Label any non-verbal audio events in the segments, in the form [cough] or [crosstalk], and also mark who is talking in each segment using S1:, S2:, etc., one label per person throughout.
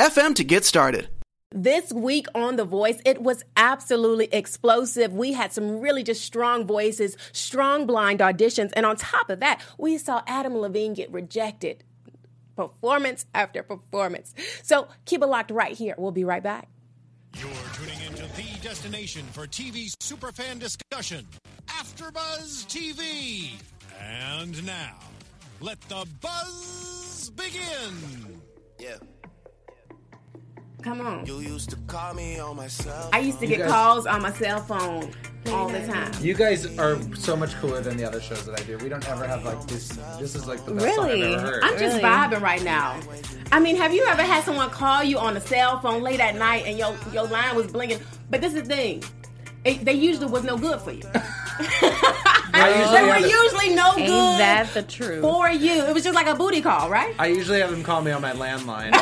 S1: to get started.
S2: This week on The Voice, it was absolutely explosive. We had some really just strong voices, strong blind auditions, and on top of that, we saw Adam Levine get rejected performance after performance. So keep it locked right here. We'll be right back.
S3: You're tuning into the destination for TV superfan discussion, AfterBuzz TV. And now, let the buzz begin.
S4: Yeah.
S2: Come on.
S4: You used to call me on my cell.
S2: I used to
S4: phone.
S2: get
S5: guys-
S2: calls on my cell phone all the time.
S5: You guys are so much cooler than the other shows that I do. We don't ever have like this. This is like the best song I've
S2: Really?
S5: ever heard.
S2: I'm just
S6: Really?
S2: vibing right now. I mean, have you ever had someone call you on a cell phone late at night and your your line was blinking? But this is the thing. It, they usually was no good for you.
S5: usually
S2: they were
S5: have the-
S2: usually no
S6: Ain't
S2: good
S6: that the truth?
S2: for you. It was just like a booty call, right?
S5: I usually have them call me on
S2: [laughs]
S5: my landline.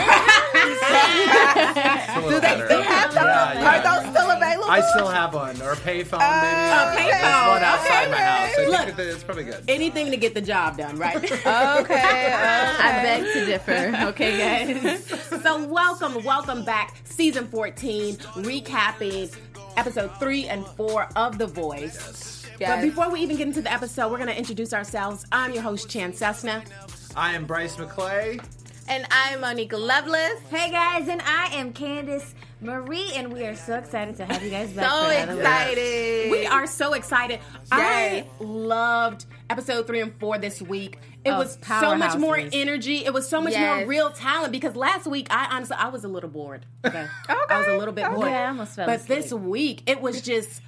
S5: Do they
S7: still have those? Are those still available? Oh,
S5: I still have one, or a payphone maybe.
S2: a payphone.
S5: There's one outside
S2: Okay,
S5: my house. I think
S2: Look.
S5: that it's probably good.
S2: Anything to get the job done,
S5: [laughs]
S2: right?
S7: Okay.
S6: I beg to differ. Okay, guys.
S2: So welcome, welcome back, season 14, recapping episode three and four of The Voice. But before we even get into the episode, we're going to introduce ourselves. I'm your host, Chan Cessna.
S5: I am Bryce McClay.
S7: and I'm Monica Loveless.
S8: Hey guys, and I am Candace Marie, and we are so excited to have you guys back.
S7: So
S8: for another one.
S7: excited.
S2: Oh, We are so excited.
S7: Yes.
S2: I loved episode three and four this week. It
S6: Oh,
S2: was so much more
S6: powerhouses.
S2: energy. It was so much more
S7: Yes.
S2: real talent because last week I honestly I was a little bored. Okay. I was a little bit bored.
S8: Yeah, I almost fell
S2: But this
S8: asleep.
S2: week it was just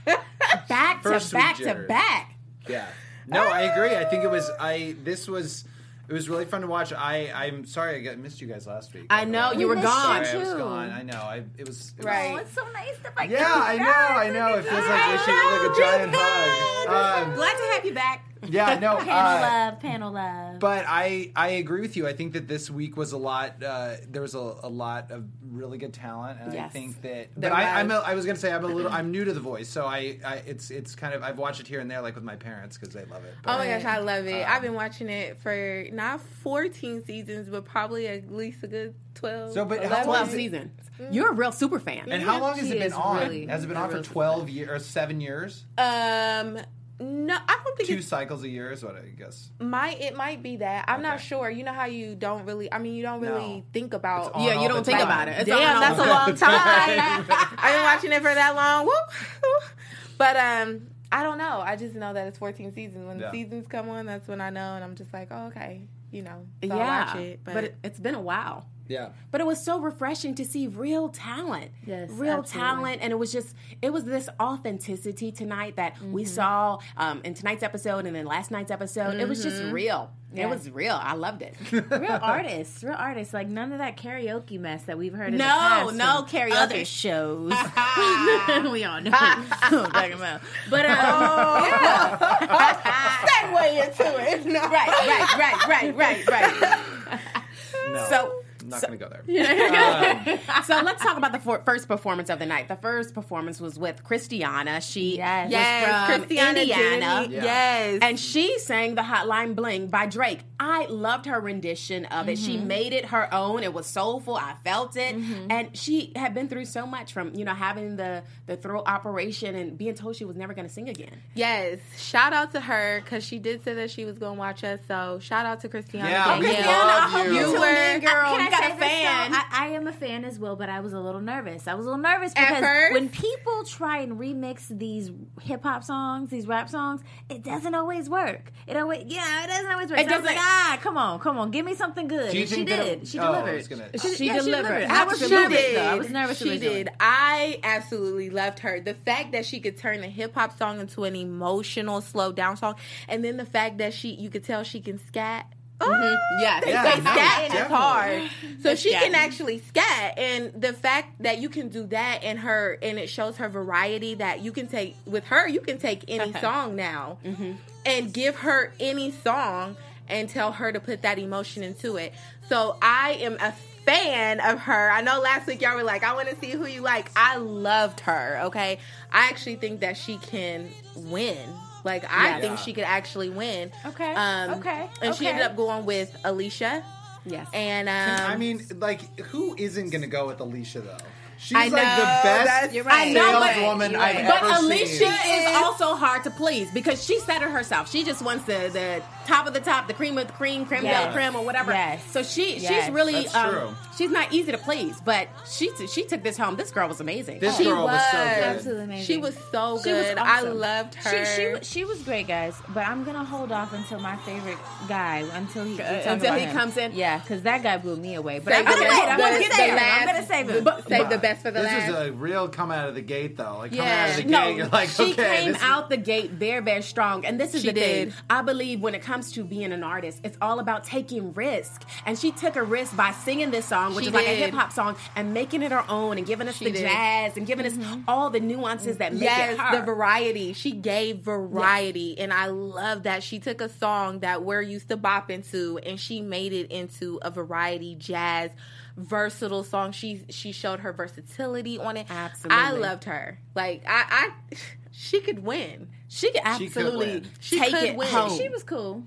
S2: back to
S5: First week,
S2: back to
S5: Jared.
S2: back.
S5: Yeah. No, I agree. I think it was. I this was. It was really fun to watch. I I'm sorry I got, missed you guys last week.
S2: I know, you were
S5: I'm
S2: gone.
S5: Sorry, I was
S8: too.
S5: gone. I know. I it was. It
S7: Right.
S8: Oh, it's so nice to find
S5: Was, yeah, I know. I know. It feels like we should get like a giant hug. Um,
S2: Glad to have you back.
S5: yeah. No.
S8: Panel
S5: Uh,
S8: love, panel love.
S5: but I I agree with you. I think that this week was a lot. Uh, there was a, a lot of really good talent, and I
S2: Yes.
S5: think that.
S2: There
S5: But I, I'm a,
S2: was.
S5: I was gonna say I'm a little I'm new to the voice, so I, I it's it's kind of I've watched it here and there, like with my parents because they love it. But,
S7: Oh my gosh, I love it.
S5: um,
S7: I've been watching it for not 14 seasons, but probably at least a good 12.
S5: So, but how
S7: 11.
S5: long
S2: Twelve
S5: is it-
S2: seasons. You're a real super fan.
S5: And how long has
S6: She
S5: it been
S6: is
S5: on?
S6: really
S5: has it been
S6: a
S5: on for
S6: real
S5: twelve years or seven years?
S8: Uh,
S7: Um, no, I don't think
S5: Two
S7: it's
S5: cycles a year is what I guess.
S7: might it might be that I'm not
S5: Okay.
S7: sure. You know how you don't really. I mean, you don't really
S5: No.
S7: think about.
S5: It's on
S2: yeah,
S5: all
S2: you
S5: the
S2: don't think
S5: time.
S2: about it. It's
S7: Damn,
S2: all-
S7: that's a
S2: [laughs]
S7: long time. [laughs] I've been watching it for that long. Woo. But um, I don't know. I just know that it's 14 seasons. When
S5: Yeah.
S7: the seasons come on, that's when I know, and I'm just like, oh, okay, you know, so
S2: yeah,
S7: I watch it. But,
S2: but it, it's been a while.
S5: Yeah.
S2: But it was so refreshing to see real talent.
S6: Yes,
S2: real
S6: absolutely.
S2: talent. And it was just, it was this authenticity tonight that we
S8: Mm-hmm.
S2: saw um, in tonight's episode and then last night's episode. It was
S8: Mm-hmm.
S2: just real. It was real. I
S8: [laughs]
S2: loved it.
S8: real artists, real artists. Like none of that karaoke mess that we've heard. in the
S2: No,
S8: past
S2: no
S8: from
S2: karaoke.
S8: other shows. we all know
S2: [laughs]
S8: what I'm talking about. But
S2: uh,
S8: [laughs] um,
S2: Oh,
S7: segue into it. No.
S2: right, right, right, right, right, right.
S5: No.
S8: [laughs]
S2: So-
S5: I'm not gonna go there. Um,
S2: so let's talk about the for- first performance of the night. The first performance was with Christiana. She
S8: Yes.
S2: was
S7: Yes,
S2: from
S7: Christiana
S2: Indiana.
S7: Janney.
S5: Yeah.
S7: Yes,
S2: And she sang the Hotline Bling by Drake. I loved her rendition of it.
S8: Mm-hmm.
S2: She made it her own. It was soulful. I felt it. And she had been through so much from, you know, having the the throat operation and being told she was never going to sing again.
S7: yes. Shout out to her because she did say that she was going to watch us. So shout out to Christiana.
S5: Yeah,
S7: Janney.
S5: we
S2: Christiana, I hope you,
S5: you.
S2: tune
S7: were-
S2: in, girl.
S8: Can
S2: you
S8: I
S2: got
S8: say
S2: a
S8: this,
S2: fan.
S8: though? I, I am a fan as well, but I was a little nervous. I was a little nervous
S7: At
S8: because
S7: first?
S8: when people try and remix these hip hop songs, these rap songs, it doesn't always work. It always, yeah, it doesn't always work.
S2: It
S8: So I was
S2: doesn't-
S8: Like, ah, come on, come on, give me something good.
S5: Do you
S8: And she
S5: think that
S8: did.
S5: it-
S8: she
S5: oh, I
S8: delivered.
S5: was gonna-
S8: she,
S2: She
S8: yeah,
S2: delivered.
S8: She delivered. I was
S7: Absolutely.
S8: nervous though. I was nervous.
S7: She
S8: originally.
S7: did. I absolutely loved her. The fact that she could turn a hip hop song into an emotional slow down song, and then the fact that she you could tell she can scat.
S8: Mm-hmm.
S7: Ah,
S9: Yeah.
S7: they
S5: Yeah,
S7: say
S5: no,
S7: scat and it's
S5: definitely.
S7: hard. So she
S9: Yeah.
S7: can actually scat, and the fact that you can do that and her and it shows her variety that you can take with her. You can take any
S8: Uh-huh.
S7: song now
S8: Mm-hmm.
S7: and give her any song and tell her to put that emotion into it. So I am a fan of her. I know last week y'all were like, I want to see who you like. I loved her. Okay, I actually think that she can win. Like I
S5: Yeah.
S7: think she could actually win. Um,
S6: Okay, okay,
S7: And she
S6: okay.
S7: ended up going with Alicia.
S9: Yes.
S7: And um,
S5: I mean, like, who isn't gonna go with Alicia though? She's
S7: I
S5: like the
S7: know,
S5: best
S7: that's- You're right. I know, but-
S5: saleswoman
S9: you're
S5: I've
S9: right.
S5: ever
S2: But Alicia
S5: seen.
S2: is also hard to please because she said it herself. She just wants the, the top of the top, the cream of the cream, creme de la
S5: Yes.
S2: creme, or whatever.
S9: Yes.
S2: So she
S9: Yes.
S2: she's really
S5: That's true.
S2: um, she's not easy to please, but she t- she took this home. This girl was amazing.
S5: This
S7: She
S5: girl was, so
S7: was.
S5: good.
S6: Absolutely amazing.
S7: she was so good.
S2: She was
S7: I
S2: awesome.
S7: loved her.
S6: She, she w- she was great, guys. But I'm gonna hold off until my favorite guy until he we talk
S2: Uh, until
S6: about
S2: he
S6: him.
S2: comes in.
S6: Yeah, because that guy blew me away. But
S7: Save
S6: I'm
S7: the
S6: gonna,
S7: best-
S6: wait, I'm gonna
S7: the-
S6: get
S7: the
S6: there.
S7: last-
S6: I'm gonna save him.
S2: But-
S7: Save the best for the
S5: this
S7: last.
S5: was a real come out of the gate though. Like come
S7: Yeah.
S5: out of the gate,
S2: No,
S5: you're like,
S2: she
S5: okay,
S2: came
S5: this is-
S2: out the gate very, very strong. And this is
S7: She
S2: the
S7: did.
S2: thing. I believe when it comes to being an artist, it's all about taking risk. And she took a risk by singing this song, which
S7: She
S2: is like a
S7: did.
S2: hip hop song, and making it her own and giving us
S7: She
S2: the
S7: did.
S2: jazz and giving us all the nuances that make
S7: yes,
S2: it her.
S7: the variety. She gave variety, and I love that she took a song that we're used to bopping to, and she made it into a variety jazz, versatile song. She she showed her versatility on it. I
S2: Absolutely.
S7: loved her. Like I, I [sighs] she could win.
S2: she could
S5: She could
S2: absolutely
S5: win.
S7: She
S2: take
S7: could
S2: it
S7: win.
S2: home.
S7: She
S6: She [laughs] was cool.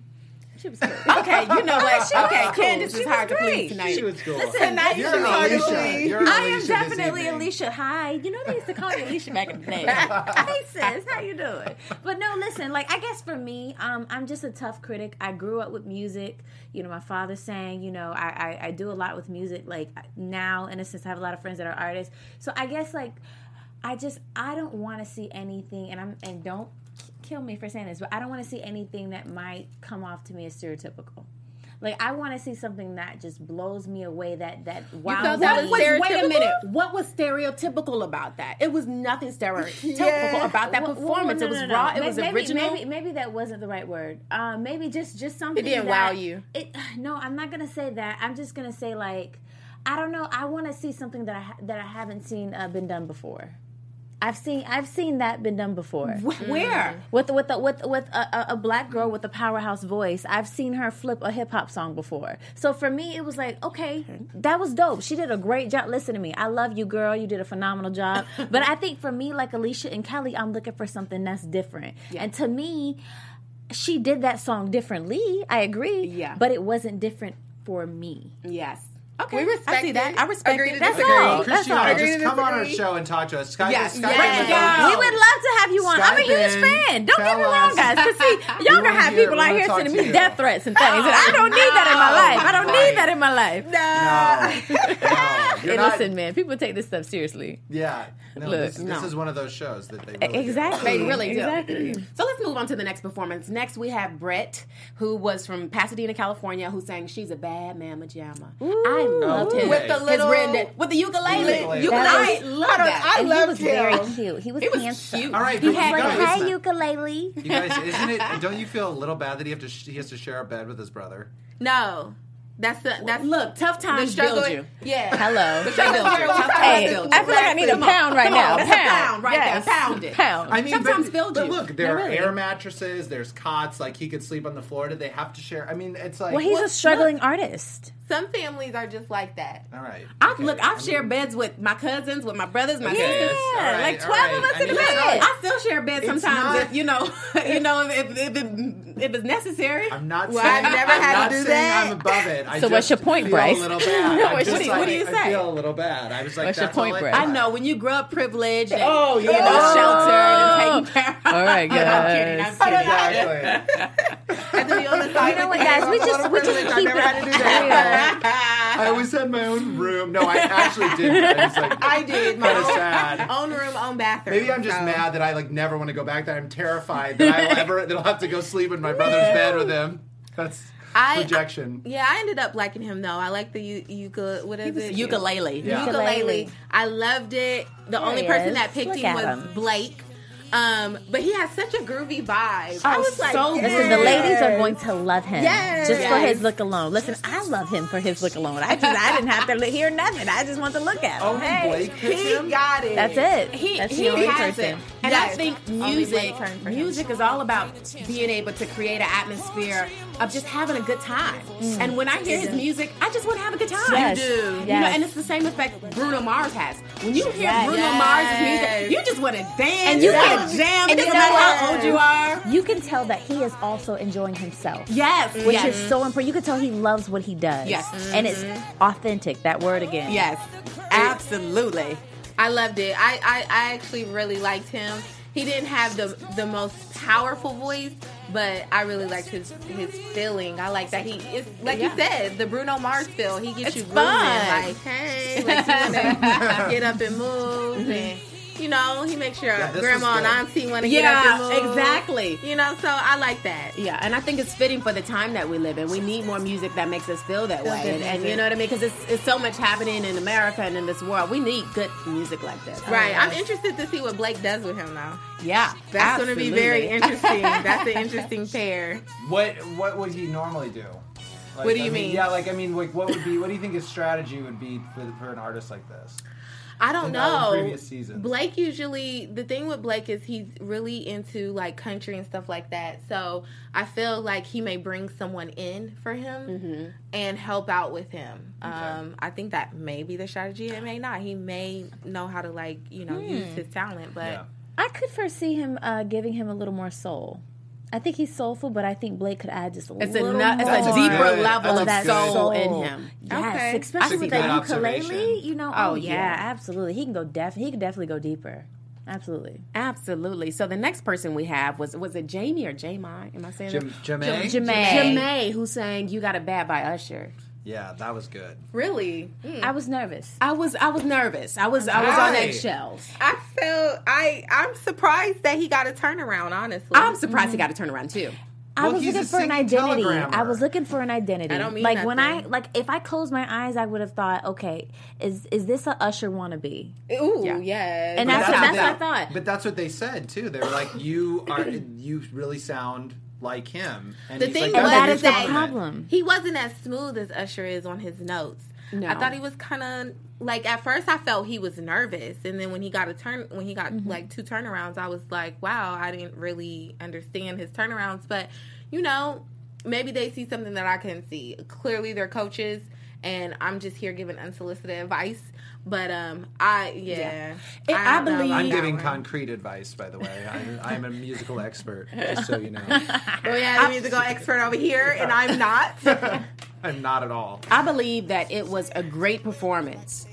S6: She was cool.
S2: okay, you [laughs] know what?
S6: She was
S2: okay,
S6: cool.
S2: Oh, Candace
S6: She
S2: is
S6: was
S2: hard to
S6: great.
S2: please tonight.
S5: She was cool.
S6: Listen, I-
S5: you're
S6: Listen,
S5: Alicia.
S7: Alicia.
S5: You're
S6: I
S5: Alicia
S6: am
S5: this
S6: definitely
S5: evening.
S6: Alicia. Hi. You know they used to call me Alicia back in
S5: [laughs]
S6: the day. hey sis, how you doing? But no, listen, like I guess for me, um, I'm just a tough critic. I grew up with music. You know, my father sang, you know, I, I, I do a lot with music, like now in a sense I have a lot of friends that are artists. So I guess like I just I don't wanna see anything and I'm and don't kill me for saying this, but I don't wanna see anything that might come off to me as stereotypical. Like I want to see something that just blows me away. That that wow.
S7: felt that was
S2: wait a
S7: stereotypical?
S2: minute. What was stereotypical about that? It was nothing stereotypical about that
S6: Well, well,
S2: performance.
S6: no,
S2: it was
S6: no, no,
S2: raw.
S6: no.
S2: It was
S6: maybe,
S2: original.
S6: Maybe, maybe that wasn't the right word. Uh, maybe just just something.
S7: didn't
S6: that-
S7: wow you.
S6: It, [sighs] no, I'm not gonna say that. I'm just gonna say like, I don't know. I want to see something that I ha- that I haven't seen uh, been done before. I've seen I've seen that been done before. Mm-hmm.
S2: Where?
S6: With with a, with with a, a, a black girl with a powerhouse voice, I've seen her flip a hip hop song before. So for me, it was like, okay, that was dope. She did a great job. Listen to me, I love you, girl. You did a
S2: [laughs]
S6: phenomenal job. but I think for me, like Alicia and Kelly, I'm looking for something that's different. And to me, she did that song differently. I agree.
S2: Yeah.
S6: but it wasn't different for me.
S2: Yes. Okay.
S7: We respect
S2: I see that.
S7: it.
S2: I respect
S7: Agree
S2: it.
S7: to
S2: That's
S7: disagree.
S2: all.
S6: That's
S5: Christiana,
S6: all.
S5: just
S7: Agree to
S5: come on our
S7: disagree.
S5: show and talk to us. Skype,
S2: Yes,
S5: Skype
S2: yes.
S5: us.
S2: Yes.
S6: We would love to have you on. I'm a
S5: Skype
S6: huge
S5: in.
S6: fan. Don't
S5: Tell
S6: get me wrong,
S5: us.
S6: guys. Because
S2: [laughs]
S5: We
S6: see, y'all gonna
S5: wanna hear
S6: have
S5: it. We
S6: people out
S5: wanna
S6: here
S5: talk
S6: sending
S5: to
S6: me
S5: you.
S6: death threats and [laughs] things. and I don't need that in my life. I don't need that in my life.
S5: No, you're
S6: and
S5: not-
S6: listen, man, people take this stuff seriously.
S5: Yeah. No,
S6: Look,
S5: this, this
S2: no.
S5: is one of those shows that they really do.
S6: Exactly.
S2: They really do.
S6: Exactly.
S2: So let's move on to the next performance. Next, we have Brett, who was from Pasadena, California, who sang "She's a Bad Mama Jama." I loved him
S5: With the
S2: His
S7: little-
S2: granddad- with the ukulele.
S5: Ukulele.
S2: ukulele.
S6: That
S2: I
S6: was-
S2: love that.
S6: And he was very cute. He was
S2: It was
S6: handsome.
S2: cute.
S5: All right,
S6: He
S5: but
S6: had
S5: you
S6: like,
S5: guys,
S6: hi ukulele.
S5: you guys, isn't it? Don't you feel a little bad that he have to sh- he has to share a bed with his brother?
S7: No, that's the that's
S2: Look, tough
S7: the
S2: times
S7: struggle.
S2: build you.
S7: Yeah.
S6: Hello.
S2: They build you. Tough times
S6: Hey,
S2: build you.
S6: I feel like I need a
S2: Come on.
S6: pound right
S2: Come on.
S6: now.
S2: That's a pound right
S6: Yes.
S2: there. Pound it.
S6: Pound.
S5: I mean,
S2: Sometimes
S5: but,
S2: build
S5: but
S2: you.
S5: look, there
S2: No,
S5: are
S2: really.
S5: air mattresses, there's cots. Like he could sleep on the floor. Do they have to share? I mean, it's like
S6: Well, he's a struggling artist.
S7: Some families are just like that.
S5: all right.
S2: I've,
S5: okay.
S2: look, I've
S5: I
S2: shared beds with my cousins, with my brothers, my
S5: Okay,
S2: sisters.
S5: that's- all
S6: like
S5: all
S6: 12 of us in
S5: I
S6: the
S5: mean,
S6: bed.
S5: it's not-
S2: I still share a bed
S5: It's
S2: sometimes,
S5: not-
S2: if, you know, [laughs] you know, if, if, it, if it's necessary.
S5: I'm not
S7: Well,
S5: saying
S7: I've never
S5: I'm
S7: had to
S5: not
S7: do
S5: saying
S7: that.
S5: I'm above it. I
S6: So what's
S5: just
S6: your point,
S5: feel
S6: Bryce?
S5: A little
S6: [laughs]
S5: bad. I'm
S6: What's-
S5: just
S6: what do you-
S5: like,
S2: what do you
S5: I
S2: say?
S5: feel a little bad. I was like,
S6: What's your
S5: that's all
S6: point,
S5: I
S6: Bryce?
S5: thought.
S2: I know when you grow up privileged, and,
S5: Oh,
S2: you
S5: yeah.
S2: know,
S5: Oh.
S2: sheltered and taken care of.
S6: [laughs]
S9: All right,
S6: Uh,
S2: I'm kidding.
S9: guys.
S2: I'm kidding.
S5: Exactly.
S7: And to be on the side
S6: You know
S7: of
S6: what,
S7: the
S6: guys? We
S7: table,
S6: just we
S7: I'm
S6: just
S7: not
S6: keep
S7: privileged. I've never had to
S6: it
S7: do
S6: real.
S5: I always had my own room. No, I actually did. I was like,
S7: I did Oh, my
S5: Kinda
S7: own,
S5: sad.
S7: own room, own bathroom.
S5: Maybe I'm just
S7: so.
S5: mad that I like never want to go back. That I'm terrified that I'll ever that I'll have to go sleep in my brother's bed with him. That's
S7: I-
S5: rejection.
S7: Yeah, I ended up liking him though. I like the u- ukulele. What is it?
S2: Ukulele.
S5: Yeah.
S7: Ukulele. I loved it. The only
S6: he
S7: person
S6: is.
S7: that picked
S6: Look
S7: him
S6: at
S7: was
S6: him.
S7: Blake. Um, but he has such a groovy vibe. I was like,
S2: Oh, so
S7: yes.
S6: Listen, the ladies are going to love him
S7: Yes.
S6: just for
S7: Yes.
S6: his look alone. Listen, I love him for his look alone. I just I didn't have to li- hear nothing. I just want to look at him.
S5: Only
S6: Hey,
S5: Blake picked
S7: He
S5: him.
S7: got it.
S6: that's it.
S2: Oh, He,
S6: That's
S2: he
S6: the only
S2: has
S6: person.
S2: it. And I
S7: Yes.
S2: think
S7: Only
S2: music
S7: one turn for him.
S2: music is all about being able to create an atmosphere of just having a good time. And when I hear his music, I just want to have a good time.
S6: Yes.
S7: You do.
S2: You know,
S6: Yes.
S2: and it's the same effect Bruno Mars has. When you hear
S6: Yes.
S2: Bruno Mars' music, you just want to dance.
S6: you
S2: want
S6: can-
S2: to jam. It
S6: and you
S2: doesn't
S6: know
S2: matter how
S6: what?
S2: old you are.
S6: you can tell that he is also enjoying himself.
S2: Yes.
S6: Which
S2: yes.
S6: is so important. You can tell he loves what he does.
S2: Yes. Mm-hmm.
S6: And it's authentic, that word again.
S2: Yes. Absolutely.
S7: I loved it. I, I, I actually really liked him. He didn't have the the most powerful voice, but I really liked his his feeling. I like that he is like you said the Bruno Mars feel. He gets
S2: It's
S7: you moving,
S2: fun.
S7: like hey, [laughs] like you
S2: [laughs]
S7: wanna get up and move, and you know he makes your
S5: Yeah, this
S7: grandma
S5: was
S7: and
S5: good.
S7: auntie want to get up
S2: Mm-hmm. Yeah,
S7: and move.
S2: exactly.
S7: You know, so I like that.
S2: Yeah, and I think it's fitting for the time that we live in. We need more music that makes us feel that way.
S7: good
S2: And, and you
S7: music.
S2: know what I mean? Because it's, it's so much happening in America and in this world. We need good music like this.
S7: Right. I'm interested to see what Blake does with him though.
S2: Oh, Yeah.
S7: That's going to be very
S2: absolutely. [laughs]
S7: interesting. That's an interesting pair.
S5: What What would he normally do? Like,
S7: What do
S5: I
S7: you
S5: mean,
S7: mean?
S5: Yeah, like I mean, like what would be? What do you think his strategy would be for, for an artist like this?
S7: I don't
S5: Than all the
S7: know.
S5: previous seasons.
S7: Blake usually the thing with Blake is he's really into like country and stuff like that. So I feel like he may bring someone in for him and help out with him. Um, I think that may be the strategy. It may not. He may know how to like you know use his talent, but.
S5: Yeah.
S6: I could foresee him uh, giving him a little more soul. I think he's soulful, but I think Blake could add just a
S2: It's a,
S6: little
S2: nu- it's
S5: That's
S2: a
S6: more
S2: deeper
S5: good.
S2: level
S5: That's
S2: of
S6: that
S5: good.
S2: soul, in him.
S6: Yes,
S7: Okay.
S6: especially
S5: That's a
S6: with
S5: good
S6: that ukulele.
S5: observation.
S6: You know,
S2: Oh,
S6: oh yeah,
S2: yeah.
S6: absolutely. He can go def. He can definitely go deeper. Absolutely.
S2: Absolutely. So the next person we have was was it Jamie or Jamie? Am I saying
S5: Jim,
S2: that?
S5: Jermaine?
S6: Jamae.
S2: Jamae, who sang "You Got a Bad" by Usher.
S5: Yeah, that was good.
S7: Really,
S6: I was nervous.
S2: I was I was nervous. I was I was on
S5: Right.
S2: eggshells.
S7: I feel I I'm surprised that he got a turnaround. Honestly,
S2: I'm surprised he got a turnaround too.
S6: I
S5: Well,
S6: was
S5: he's
S6: looking
S5: a
S6: for an
S5: sick
S6: identity.
S5: telegrammer.
S6: I was looking for an identity.
S7: I don't mean
S6: like when I
S7: nothing.
S6: like if I closed my eyes, I would have thought, okay, is is this a Usher wannabe?
S7: Ooh,
S2: Yeah.
S7: yeah.
S6: And that's,
S5: But that's
S6: what, that's
S5: what
S6: what I thought.
S5: But that's what they said too. They were like, "You are, you really sound like him." And
S7: The
S5: he's
S7: thing
S5: like,
S6: and
S7: was
S6: that
S7: what
S6: is
S7: they
S6: the
S7: said.
S6: problem.
S7: he wasn't as smooth as Usher is on his notes.
S2: No.
S7: I thought he was kind of like at first I felt he was nervous, and then when he got a turn, when he got like two turnarounds, I was like, wow, I didn't really understand his turnarounds, but you know, maybe they see something that I can see. Clearly, they're coaches, and I'm just here giving unsolicited advice. But um, I yeah,
S2: It- I
S7: don't know
S2: believe-
S7: about
S5: I'm
S7: that
S5: giving
S7: one.
S5: concrete advice, by the way. I'm, I'm a musical expert, just so you know.
S7: Oh yeah, the musical expert over here, and I'm not.
S5: I'm not at all.
S2: I believe that it was a great performance.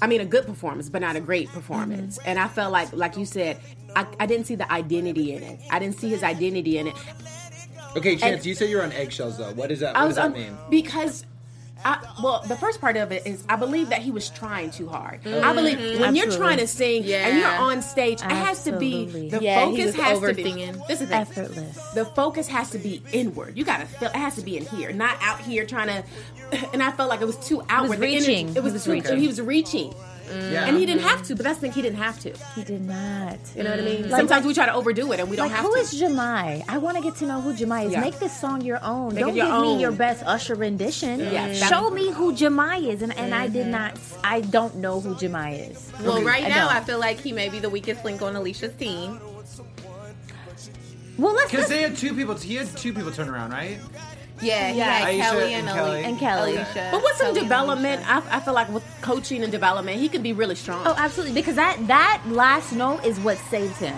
S2: I mean, a good performance, but not a great performance. And I felt like, like you said, I, I didn't see the identity in it. I didn't see his identity in it.
S5: Okay, Chance,
S2: And-
S5: you said you're on eggshells, though. What does that,
S2: I
S5: what does that
S2: un-
S5: mean?
S2: Because. I, well, the first part of it is I believe that he was trying too hard. I believe when you're
S6: Absolutely.
S2: trying to sing and you're
S7: Yeah.
S2: on stage, it has to be
S6: Absolutely.
S2: the
S7: Yeah, he
S2: focus
S7: was
S2: has to be.
S7: over-singing.
S2: This is the thing.
S6: Effortless.
S2: the focus has to be inward. You gotta feel it has to be in here, not out here trying to. [laughs] And I felt like it was too outward. The energy-
S6: reaching.
S2: it was,
S6: He was
S2: too-
S6: reaching.
S2: He was reaching,
S5: Yeah.
S2: and he didn't have to. But that's the thing. He didn't have to.
S6: He did not.
S2: You know what I mean?
S6: Like-
S2: Sometimes we try to overdo it, and we don't
S6: Mm-hmm. Like
S2: have
S6: who
S2: to.
S6: is Jamai? I want to get to know who Jamai is.
S2: Yeah.
S6: Make this song your own.
S2: Make it
S6: Don't
S2: your
S6: give
S2: own.
S6: me your best Usher rendition.
S2: Yeah. Mm-hmm.
S6: Show me who Jamai is, and, and I did not. I don't know who Jamai is.
S7: Well, right
S6: I
S7: now,
S6: don't.
S7: I feel like he may be the weakest link on Alicia's team.
S6: Well, let's.
S5: Because
S6: let's
S5: they had two people. He had two people turn around, right?
S7: Yeah, he
S2: Yeah.
S7: had
S5: Aisha
S7: Kelly
S5: and
S7: and, Ali-
S5: Kelly.
S6: And Kelly.
S7: Alicia.
S2: but with some
S7: Kelly and
S2: development,
S7: Alicia.
S2: I, I feel like with coaching and development, he can be really strong.
S6: oh, absolutely. Because that that last note is what saves him.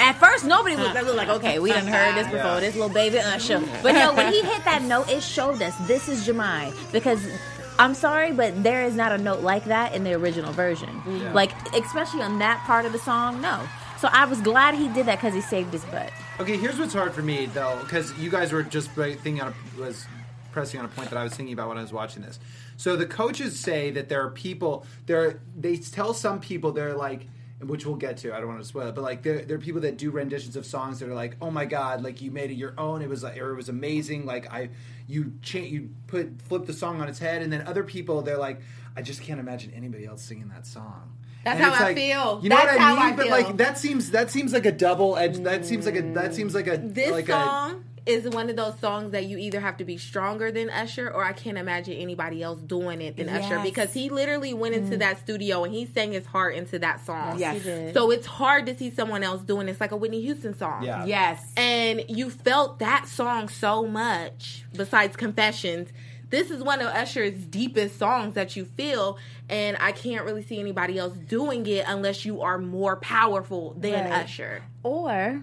S6: At first, nobody was, they were like, "Okay, we didn't heard this before.
S5: Yeah.
S6: This little baby Usher." But no, when he hit that note, it showed us this is Jamai because. I'm sorry, but there is not a note like that in the original version.
S5: Yeah.
S6: Like, especially on that part of the song, no. So I was glad he did that because he saved his butt.
S5: Okay, here's what's hard for me though, because you guys were just right- thinking on a, was pressing on a point that I was thinking about when I was watching this. So the coaches say that there are people there. They tell some people they're like, which we'll get to. I don't want to spoil it, but like there, there are people that do renditions of songs that are like, oh my god, like you made it your own. It was like, or it was amazing. Like I, you cha- you put flip the song on its head, and then other people they're like, I just can't imagine anybody else singing that song.
S7: That's
S5: And
S7: how
S5: it's
S7: I
S5: like,
S7: feel.
S5: You know
S7: That's
S5: what I
S7: how
S5: mean?
S7: I
S5: But
S7: feel.
S5: like that seems that seems like a double edge. That seems like a that seems like a
S7: This
S5: like
S7: song is one of those songs that you either have to be stronger than Usher or I can't imagine anybody else doing it than Usher
S2: Yes.
S7: because he literally went into that studio and he sang his heart into that song.
S2: Yes, he did.
S7: So it's hard to see someone else doing it. It's like a Whitney Houston song.
S5: Yeah.
S2: Yes.
S7: And you felt that song so much besides Confessions. This is one of Usher's deepest songs that you feel, and I can't really see anybody else doing it unless you are more powerful than
S6: Right.
S7: Usher.
S6: Or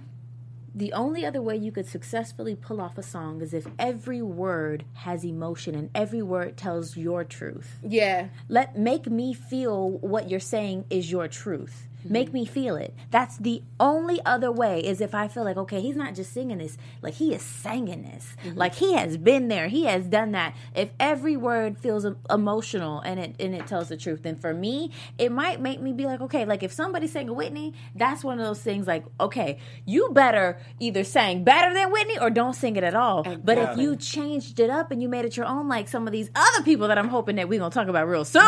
S6: the only other way you could successfully pull off a song is if every word has emotion and every word tells your truth.
S7: Yeah.
S6: Let make me feel what you're saying is your truth. Make me feel it. That's the only other way is if I feel like okay, he's not just singing this, like he is singing this. Like he has been there, he has done that. If every word feels em- emotional and it and it tells the truth, then for me, it might make me be like okay, like if somebody sang a Whitney, that's one of those things like okay, you better either sing better than Whitney or don't sing it at all. But if
S5: Exactly.
S6: you changed it up and you made it your own, like some of these other people that I'm hoping that we're gonna talk about
S10: [laughs]
S6: real soon,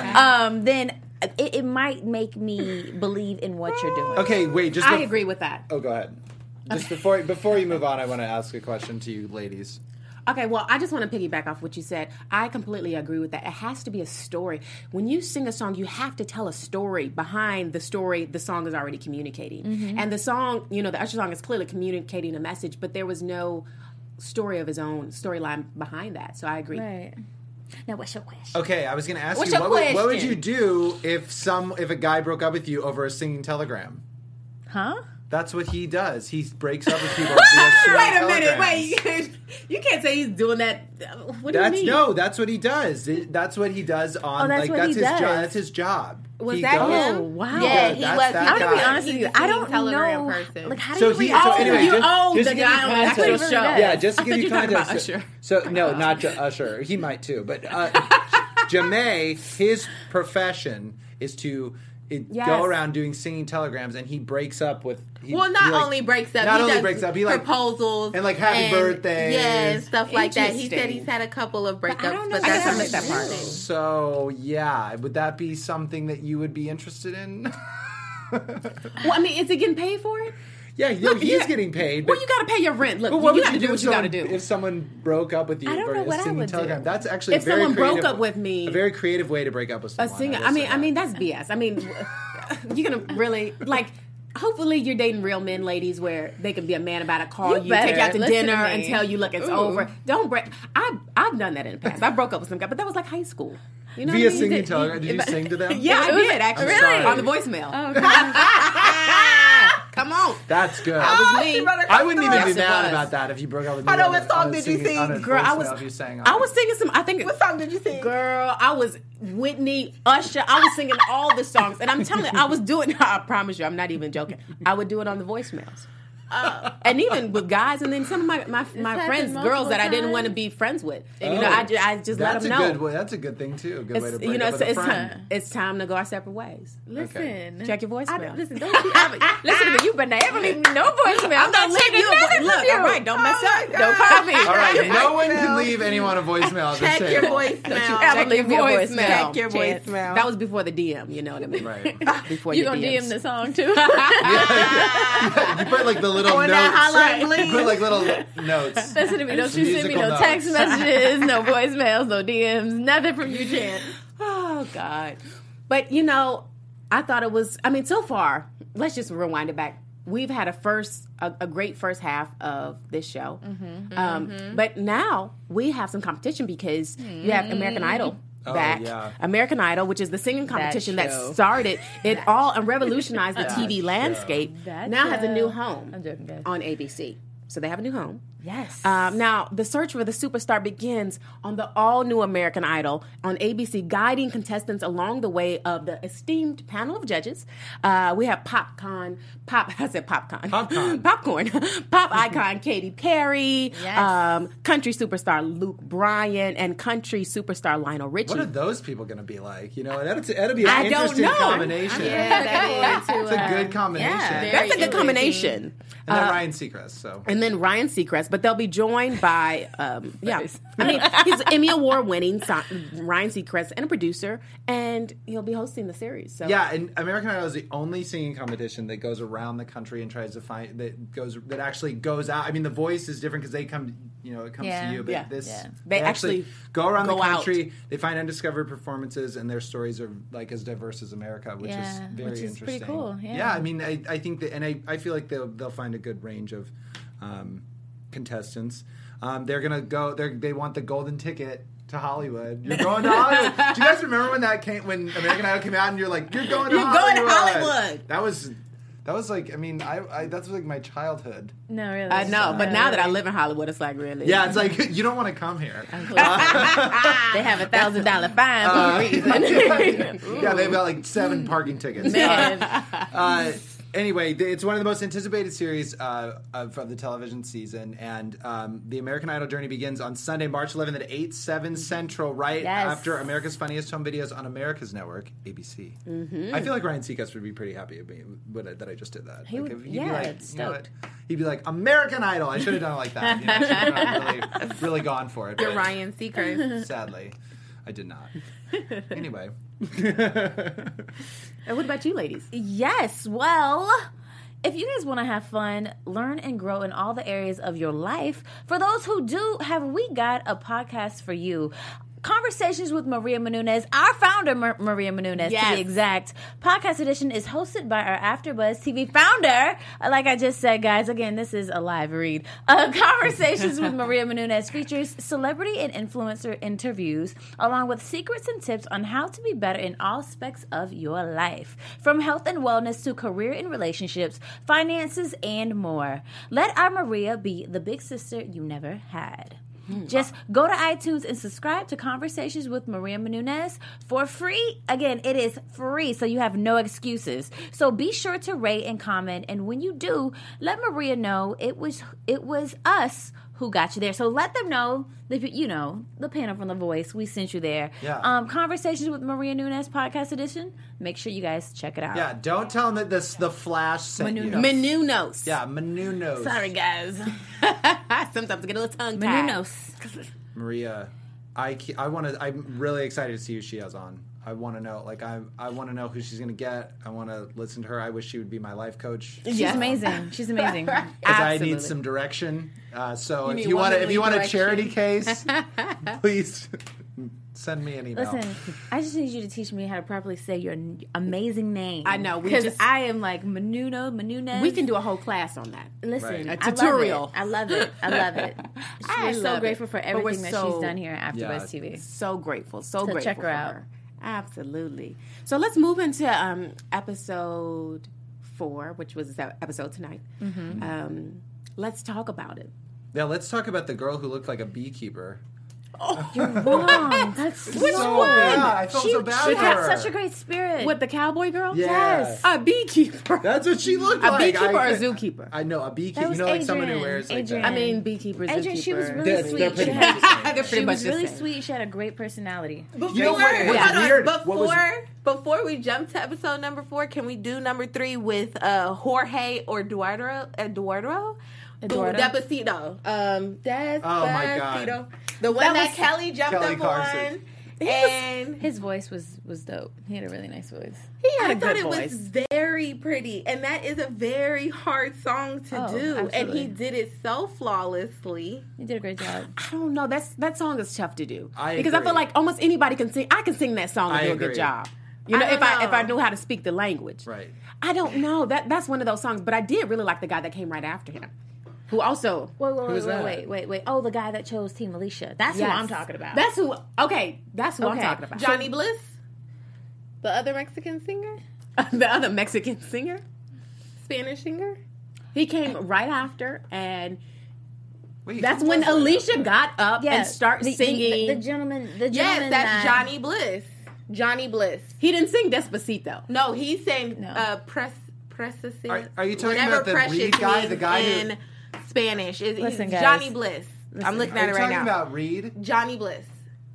S6: um, then it, it might make me believe in what you're doing.
S5: a okay. Wait, just
S10: I
S5: bef-
S10: agree with that.
S5: Oh, go ahead. Just before before you move on, I want to ask a question to you, ladies.
S2: Okay, well, I just want to piggyback off what you said. I completely agree with that. It has to be a story. When you sing a song, you have to tell a story behind the story the song is already communicating. And the song, you know, the Usher song is clearly communicating a message, but there was no story of his own, storyline behind that. So I agree.
S6: Right. Now, what's your question?
S5: Okay, I was going to ask
S2: What's
S5: you
S2: your
S5: what would, what would
S2: question?
S5: you do if some if a guy broke up with you over a singing telegram?
S6: Huh?
S5: That's what he does. He breaks up with people. via singing
S2: Wait a minute.
S5: telegrams.
S2: Wait. [laughs] You can't say he's doing that. What do
S5: That's
S2: you mean?
S5: no. That's what he does. It- That's what he does on.
S6: Oh, that's
S5: like
S6: what
S5: that's
S6: he
S5: his job.
S6: does.
S5: That's his job.
S7: Was
S5: He
S7: that
S5: goes-
S7: him?
S6: Oh, wow.
S7: Yeah, he
S5: That's
S7: was.
S5: that
S6: I'm gonna be
S5: guy.
S6: honest with you. I don't know. Like, how do
S5: So
S6: you
S5: he-
S6: react?
S5: so
S6: to
S5: anyway,
S6: that?
S2: you
S5: just-
S2: own
S5: just
S2: the
S5: to give you
S2: guy on that
S5: context-
S2: show.
S5: Yeah, just to
S2: I
S5: give
S2: thought
S5: you
S2: you were talking about
S5: context.
S2: Usher. Oh.
S5: So no, not to Usher. He might too, but uh, [laughs] Jamae, his profession is to. It,
S6: Yes.
S5: Go around doing singing telegrams, and he breaks up with. He,
S7: Well, not
S5: he, like-
S7: only breaks up,
S5: Not
S7: he
S5: only
S7: does
S5: breaks up, he like
S7: proposals
S5: and, like, happy birthdays.
S7: yeah, and stuff like that. He said
S2: Interesting.
S7: he's had a couple of breakups, but,
S6: I don't know.
S7: that's
S2: guess I
S7: not
S2: missed that part.
S7: interesting.
S5: So yeah, would that be something that you would be interested in? [laughs]
S2: Well, I mean, is he getting paid for it?
S5: yeah, no, he's
S2: yeah.
S5: getting paid. But,
S2: Well, you got to pay your rent. Look,
S5: but what
S2: you
S5: would
S2: got to
S5: you
S2: do
S5: do
S2: what
S5: if
S2: you got to
S5: someone,
S2: do.
S5: if someone broke up with you?
S6: I don't
S5: for
S6: know
S5: a
S6: what I
S5: singing
S6: would do.
S5: telegram? That's actually
S2: If
S5: a very
S2: someone broke
S5: creative-
S2: up with me-
S5: a very creative way to break up with
S2: a
S5: someone.
S2: singer.
S5: will
S2: I
S5: say
S2: mean, I
S5: that.
S2: mean that's BS. I mean, [laughs]
S10: [laughs]
S2: you're gonna really like. Hopefully, you're dating real men, ladies, where they can be a man about it, call
S10: You
S2: you, take you out
S10: better
S2: to
S10: listen to
S2: dinner,
S10: me.
S2: and tell you, look, it's
S10: Ooh.
S2: over. Don't break. I I've done that in the past. I broke up with some guy, but that was like high school. You know,
S5: via
S2: what I mean?
S5: singing telegram. Did you sing to them?
S2: [laughs] Yeah, I
S10: Ooh,
S2: did actually
S5: sorry.
S2: on the voicemail. [laughs] Come
S10: [laughs]
S2: on.
S5: that's good.
S2: was
S7: she
S2: me.
S7: wrote her
S5: I wouldn't even
S7: customer.
S5: be
S2: Yes, it
S5: mad
S2: was.
S5: about that if you broke up with me.
S7: I know,
S5: on
S7: what
S5: a-
S7: song
S5: on a
S7: did you
S5: singing-
S7: sing?
S5: on a
S2: Girl, I was-
S5: voicemail you sang on
S2: I
S5: it.
S2: was singing some. I think
S7: What song did you sing?
S2: Girl, I was Whitney, Usher. I was singing all the songs, and I'm telling you, I was doing. [laughs] I promise you, I'm not even joking. I would do it on the voicemails, and even with guys, and then some of my my, my
S7: happened
S2: friends,
S7: multiple
S2: girls that I didn't
S7: times.
S2: want to be friends with, and you
S5: Oh.
S2: know, I just, I just let
S5: That's
S2: them
S5: a
S2: know.
S5: good. way- That's a good thing too. A good way to
S2: It's,
S5: break
S2: you know,
S5: up
S2: it's,
S5: with a
S2: it's
S5: friend.
S2: time. It's time to go our separate ways.
S10: Listen,
S2: Check your
S6: I
S2: voicemail. [laughs]
S6: don't- listen, don't
S10: [laughs]
S6: be, I, listen to me. You better not ever leave me no voicemail.
S2: I'm not leaving you. a vo-
S6: nothing
S2: Look,
S6: with you.
S2: all right, don't mess
S7: Oh
S2: up.
S7: my
S2: Don't
S7: God.
S2: call me.
S5: All
S2: [laughs]
S5: right, no one
S7: Check
S5: can leave anyone a voicemail. at this
S7: Check your
S5: table.
S2: Ever
S7: voicemail. Check
S2: leave me a voicemail.
S7: Check your
S2: Chance.
S7: voicemail.
S2: That was before the DM. You know what I mean?
S5: Right.
S2: [laughs] Before
S10: you
S2: the
S10: gonna
S2: DMs. [laughs]
S7: [laughs]
S10: DM the song too?
S6: [laughs]
S5: you put like the little
S7: On
S5: notes.
S7: that hotline,
S5: You
S7: please.
S5: put like little notes.
S10: Listen to me. Don't you send me
S5: Musical
S10: no
S5: notes.
S10: text messages, no voicemails, no DMs, nothing from you, Chance.
S2: Oh God. But you know, I thought it was I mean, so far, let's just rewind it back. We've had a first a, a great first half of this show.
S7: Mm-hmm.
S2: Um, but now we have some competition because you have American Idol. Back
S5: Mm-hmm. Oh, yeah.
S2: American Idol, which is the singing competition that,
S10: show.
S2: started it all and revolutionized the TV landscape,
S10: That
S2: now has a new
S10: show.
S2: home
S10: I'm joking, guys.
S2: on ABC. So they have a new home.
S10: Yes.
S2: Um, now, the search for the superstar begins on the all new American Idol on ABC, guiding contestants along the way of the esteemed panel of judges. Uh, we have popcorn, pop, [laughs] I said popcorn,
S5: Popcorn.
S2: [laughs] popcorn, pop icon Katy Perry,
S10: Yes.
S2: um, country superstar Luke Bryan, and country superstar Lionel Richie.
S5: What are those people going to be like? You know, that'd, that'd be an
S2: I don't
S5: interesting
S2: know.
S5: combination.
S10: yeah, that
S7: uh,
S5: It's a good combination.
S10: yeah,
S5: and
S10: very-
S2: That's a good combination.
S5: then Ryan Seacrest. So
S2: And then Ryan Seacrest, but they'll be joined by, um, yeah, I mean, he's an Emmy Award winning Ryan Seacrest and a producer, and he'll be hosting the series. So
S5: Yeah, and American Idol is the only singing competition that goes around the country and tries to find that goes that actually goes out. I mean, The Voice is different because they come, you know, it comes
S6: Yeah.
S5: to you, but
S2: Yeah.
S5: this
S6: Yeah.
S2: They actually
S5: go around
S2: go
S5: the
S2: out.
S5: country. They find undiscovered performances, and their stories are like as diverse as America, which is
S6: Yeah,
S5: very
S6: which is
S5: interesting.
S6: pretty cool, yeah.
S5: I mean, I, I think that, and I, I feel like they'll they'll find a good range of um, contestants. Um, they're gonna go. They they want the golden ticket. To Hollywood, you're going to
S7: [laughs]
S5: Hollywood. Do you guys remember when that came? When American Idol came out, and you're like, you're going to
S7: You're going
S5: Hollywood.
S7: to Hollywood.
S5: That was, that was like, I mean, I, I that's like my childhood.
S6: No, really.
S2: I know, but now that I live in Hollywood, it's like really, [laughs]
S5: Yeah, it's like [laughs] you don't want to come here. [laughs]
S6: they have a thousand dollar fine.
S5: Uh, [laughs]
S2: [laughs]
S5: yeah, they've got like seven parking tickets. [laughs] Uh, anyway, th- it's one of the most anticipated series uh, of, of the television season, and um, the American Idol journey begins on Sunday, March 11th at 8, 7 Central, right
S6: Yes.
S5: after America's Funniest Home Videos on America's network, ABC.
S6: Mm-hmm.
S5: I feel like Ryan Seacrest would be pretty happy at me when I- that I just did that. He
S6: would- yeah, it's
S5: you know
S6: stoked.
S5: what? He'd be like, American Idol. I should have done it like that. You know, I should've not really, really gone for it. but-
S7: Ryan
S6: [laughs]
S7: Seacrest.
S5: Sadly, I did not. Anyway,
S2: What about you, ladies?
S6: Yes. Well, if you guys want to have fun, learn and grow in all the areas of your life, for those who do, have we got a podcast for you? Conversations with Maria Menounos, our founder, Mar- Maria Menounos, to
S7: Yes.
S6: be exact. Podcast Edition is hosted by our AfterBuzz TV founder. Uh, Like I just said, guys, again, this is a live read. Uh, [laughs] Conversations with Maria Menounos features celebrity and influencer interviews, along with secrets and tips on how to be better in all aspects of your life, from health and wellness to career and relationships, finances, and more. Let our Maria be the big sister you never had. Just go to iTunes and subscribe to Conversations with Maria Menounos for free. Again, it is free, so you have no excuses. So be sure to rate and comment, and when you do, let Maria know it was it was us who got you there. So let them know that you- you know the panel from The Voice we sent you there.
S5: Yeah.
S6: Um, Conversations with Maria Menounos podcast edition. Make sure you guys check it out.
S5: yeah, don't tell him that this the Flash sent you.
S2: Menunos.
S5: Yeah, Menunos.
S2: Sorry, guys. [laughs] Sometimes I get a little tongue tied.
S6: Menounos.
S5: Maria. I, ke- I want to. I'm really excited to see who she has on. I want to know. Like I I want to know who she's gonna get. I want to listen to her. I wish she would be my life coach.
S6: She's amazing. She's amazing.
S5: because I need
S6: Absolutely.
S5: some direction. Uh, so if
S7: need
S5: you
S7: one
S5: want
S7: that
S5: if you want
S7: lead
S5: a
S7: direction.
S5: charity case, please [laughs] send me an email.
S6: Listen, I just need you to teach me how to properly say your n- amazing name.
S2: I know, we
S6: because
S2: just-
S6: I am like Menuno, Menunez.
S2: We can do a whole class on that.
S6: listen.
S5: Right.
S6: I
S2: A
S6: love it.
S2: tutorial.
S6: I love it. I
S2: [laughs]
S6: love it.
S2: I
S6: we're so
S2: love it.
S6: grateful for
S2: But we're
S6: everything that
S2: so-
S6: she's done here at AfterBuzz
S5: Yeah.
S2: [laughs]
S6: TV.
S2: So grateful. So
S6: So
S2: grateful.
S6: check her
S2: for
S6: out.
S2: Absolutely. So let's move into um, episode four, which was that episode tonight. Um, let's talk about it.
S5: Now let's talk about the girl who looked like a beekeeper.
S2: [laughs]
S6: Wow, that's
S5: Which so one? Yeah, I felt
S6: she,
S5: so bad
S6: she
S5: for
S6: had
S5: her.
S6: such a great spirit.
S2: With the cowboy girl?
S5: Yeah.
S2: A beekeeper.
S5: That's
S2: [laughs]
S5: what she looked
S2: a
S5: like.
S2: beekeeper
S5: I-
S2: or a zookeeper?
S5: I know a beekeeper.
S6: That
S5: You
S6: was
S5: know, like someone who
S6: Adrian.
S5: wears like
S6: Adrian.
S5: that.
S2: I mean, beekeepers.
S6: Adrian, she was really
S5: They're-
S6: sweet.
S5: they're
S6: [laughs]
S5: pretty
S6: she
S5: much the same.
S6: had,
S2: They're
S6: she
S2: pretty much
S6: was
S2: the
S6: really
S2: same.
S6: sweet. She had a great personality.
S7: Before,
S5: You know what-
S7: hold
S5: what's
S7: on,
S5: weird- what
S7: before,
S5: was-
S7: before we jump to episode number four, can we do number three with uh, Jorge or Eduardo? Eduardo?
S6: Eduardo?
S7: Despacito. Um, Despacito.
S5: Oh, my God.
S7: The one that,
S2: was-
S7: Kelly jumped
S5: Kelly
S7: up
S5: Clarkson.
S7: on. And
S6: His voice was was dope. He had a really nice voice.
S7: he
S2: had
S7: I
S2: a
S7: thought
S2: good
S7: it was
S2: voice.
S7: very pretty. And that is a very hard song to
S6: Oh,
S7: do. And
S6: absolutely.
S7: he did it so flawlessly.
S6: He did a great job.
S2: I don't know. That's that song is tough to do
S5: I
S2: because I
S5: agree.
S2: feel like almost anybody can sing. I can sing that song and
S5: I
S2: do a
S5: agree.
S2: good job. You know,
S7: I
S2: if
S7: don't
S2: I
S7: know.
S2: if I knew how to speak the language,
S5: Right.
S2: I don't know. That that's one of those songs. But I did really like the guy that came right after him, who also.
S6: Wait, wait,
S5: was
S6: wait,
S5: that?
S6: wait, wait, wait, wait. Oh, the guy that chose Team Alicia. That's
S2: Yes.
S6: who I'm talking about.
S2: That's who. Okay, that's who I'm
S6: Okay.
S2: talking about.
S7: Johnny Bliss? The other Mexican singer?
S2: [laughs] the other Mexican singer.
S7: Spanish singer?
S2: He came right after, and
S5: Wait,
S2: that's
S5: who
S2: when
S5: was that?
S2: Alicia got up
S6: Yeah,
S2: and started
S6: the- the-
S2: singing.
S6: The, gentleman, the gentleman.
S7: Yes, that's
S6: that-
S7: Johnny Bliss. Johnny Bliss.
S2: he didn't sing Despacito.
S7: No, he sang
S6: No.
S7: uh, press presses.
S5: Are- are you talking
S7: whatever
S5: about the
S7: precious
S5: Reed guy, the
S7: means
S5: guy who-
S7: in Spanish? Is
S6: Listen, guys.
S7: Johnny Bliss? I'm looking
S5: Are
S7: at
S5: you
S7: it right
S5: talking
S7: now.
S5: about Reed?
S7: Johnny Bliss.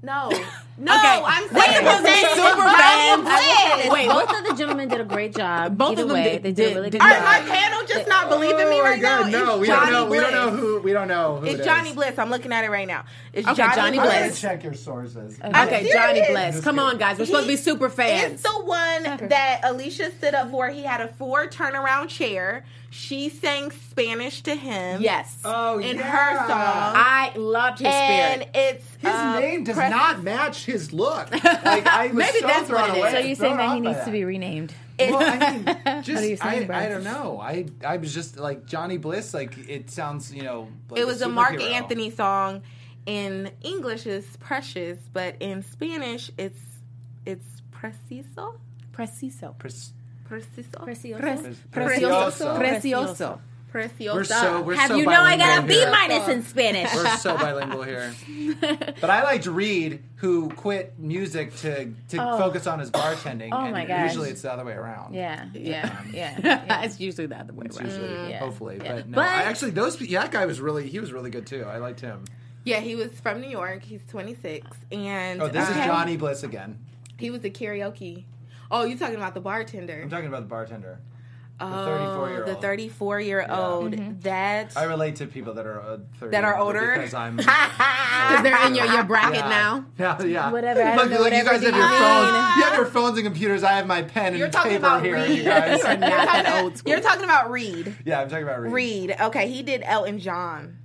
S7: No, no,
S5: [laughs]
S2: Okay.
S7: I'm
S2: Wait,
S7: saying
S2: was it Superfan?
S7: Johnny Bliss.
S2: Wait,
S6: Both of the gentlemen did a great job.
S2: Both
S6: Either
S2: of them
S6: way,
S2: did-
S6: they
S2: did-
S6: did really
S2: did
S6: good.
S7: All right,
S6: job.
S7: my panel just not believing me
S5: oh my
S7: right
S5: God,
S7: now.
S5: no,
S7: It's
S5: we
S7: Johnny
S5: don't know. We don't
S7: Bliss.
S5: know who. We don't know who.
S7: It's
S5: it
S7: Johnny
S5: is.
S7: Bliss. I'm looking at it right now. It's
S2: Okay, Johnny
S7: Johnny,
S5: I'm
S7: Bliss.
S5: gonna
S2: Bliss.
S5: check your sources.
S2: Okay, Johnny
S7: serious.
S2: Bless. Come on, guys. We're supposed to be super
S7: It's
S2: fans.
S7: the one that Alicia stood up for. He had a four turnaround chair. She sang Spanish to him.
S2: Yes.
S5: Oh
S7: In
S5: yeah.
S7: her song.
S2: I loved his
S7: and
S2: spirit.
S7: it's
S5: His
S7: uh,
S5: name does
S7: Pres-
S5: not match his look. Like I was
S2: Maybe
S5: so
S2: that's
S5: thrown
S2: what it is.
S5: away.
S6: So you
S5: thrown
S6: saying that
S5: off
S6: he
S5: by
S6: needs
S5: that.
S6: to be renamed?
S5: Well,
S6: [laughs]
S5: I mean, just
S6: are you saying,
S5: I, I
S6: Brad?
S5: don't know. I I was just like Johnny Bliss. Like it sounds, you know. Like
S7: It was a Mark
S5: superhero.
S7: Anthony song. In English, it's precious, but in Spanish, it's it's preciso.
S2: Preciso.
S5: Pres-
S7: Preciso.
S6: Precioso.
S5: Precioso.
S2: Precioso.
S7: Preciosa.
S5: We're so we're
S6: Have
S5: so
S6: you know I got a
S5: bilingual
S6: B
S5: here.
S6: minus in Spanish?
S5: We're so bilingual
S6: [laughs]
S5: here. But I liked Reed, who quit music to to focus on his bartending.
S6: Oh
S5: and
S6: my gosh.
S5: Usually it's the other way around.
S6: Yeah, yeah,
S2: [laughs]
S6: yeah.
S2: it's usually the other way
S5: It's
S2: around.
S5: usually, hopefully, but no.
S6: Mm, But-
S5: I actually, those pe- yeah, that guy was really he was really good too. I liked him.
S7: Yeah, he was from New York. He's 26, and
S5: Oh, this
S7: uh,
S5: is Johnny Bliss again.
S7: he was the karaoke. Oh, you talking about the bartender?
S5: I'm talking about the bartender. The
S7: Oh,
S5: 34-year-old.
S7: The 34 year old.
S2: Mm-hmm.
S7: That
S5: I relate to people that are uh, 30
S7: that are older.
S5: because I'm
S6: [laughs]
S2: Because they're in your, your bracket
S5: Yeah.
S2: now.
S5: yeah, yeah.
S6: Whatever, I
S5: Look,
S6: don't know,
S5: look, you
S6: whatever
S5: guys have
S6: you
S5: your
S6: mean.
S5: phones. You have your phones and computers. I have my pen
S7: You're
S5: and
S7: talking
S5: paper
S7: about
S5: here,
S7: Reed.
S5: you
S7: [laughs]
S2: You are
S5: guys.
S2: not
S5: [laughs]
S2: that old
S7: Talking-
S2: school.
S7: You're talking about Reed.
S5: yeah, I'm talking about Reed.
S7: Reed. Okay, he did Elton John.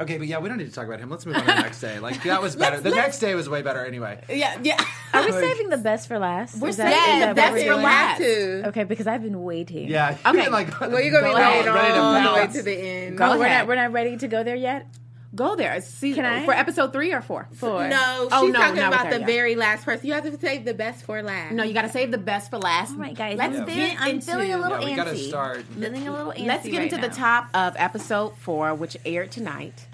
S5: Okay, but yeah, we don't need to talk about him. Let's move on to the
S7: [laughs]
S5: next day. Like that was better. the next day was way better anyway.
S2: Yeah, yeah.
S6: Are we saving the best for last? We're
S2: saving the best
S7: what
S2: for
S7: you
S2: last.
S7: have to.
S6: Okay, because I've been waiting.
S5: Yeah.
S7: [laughs]
S2: Okay.
S5: [laughs] like,
S7: Well, you're gonna be
S5: Go out,
S7: laying
S5: ready to
S7: on all the way
S5: bounce.
S7: to the end.
S2: Go
S6: Oh, we're
S2: ahead.
S6: not, we're not ready to go there yet.
S2: Go there. It's season,
S6: Can I?
S2: For episode three or four?
S6: Four.
S7: No, she's
S2: Oh, no,
S7: talking
S2: not with
S7: about
S2: her,
S7: the
S2: yeah.
S7: very last person. You have to save the best for last.
S2: No, you got to save the best for last.
S6: All right, guys.
S2: Let's
S6: I'm,
S2: get
S6: feeling, I'm
S2: into-
S6: feeling a little
S5: Yeah,
S6: antsy.
S5: we gotta start.
S6: Feeling a little antsy.
S2: Let's get
S6: right
S2: into the
S6: now.
S2: top of episode four, which aired tonight.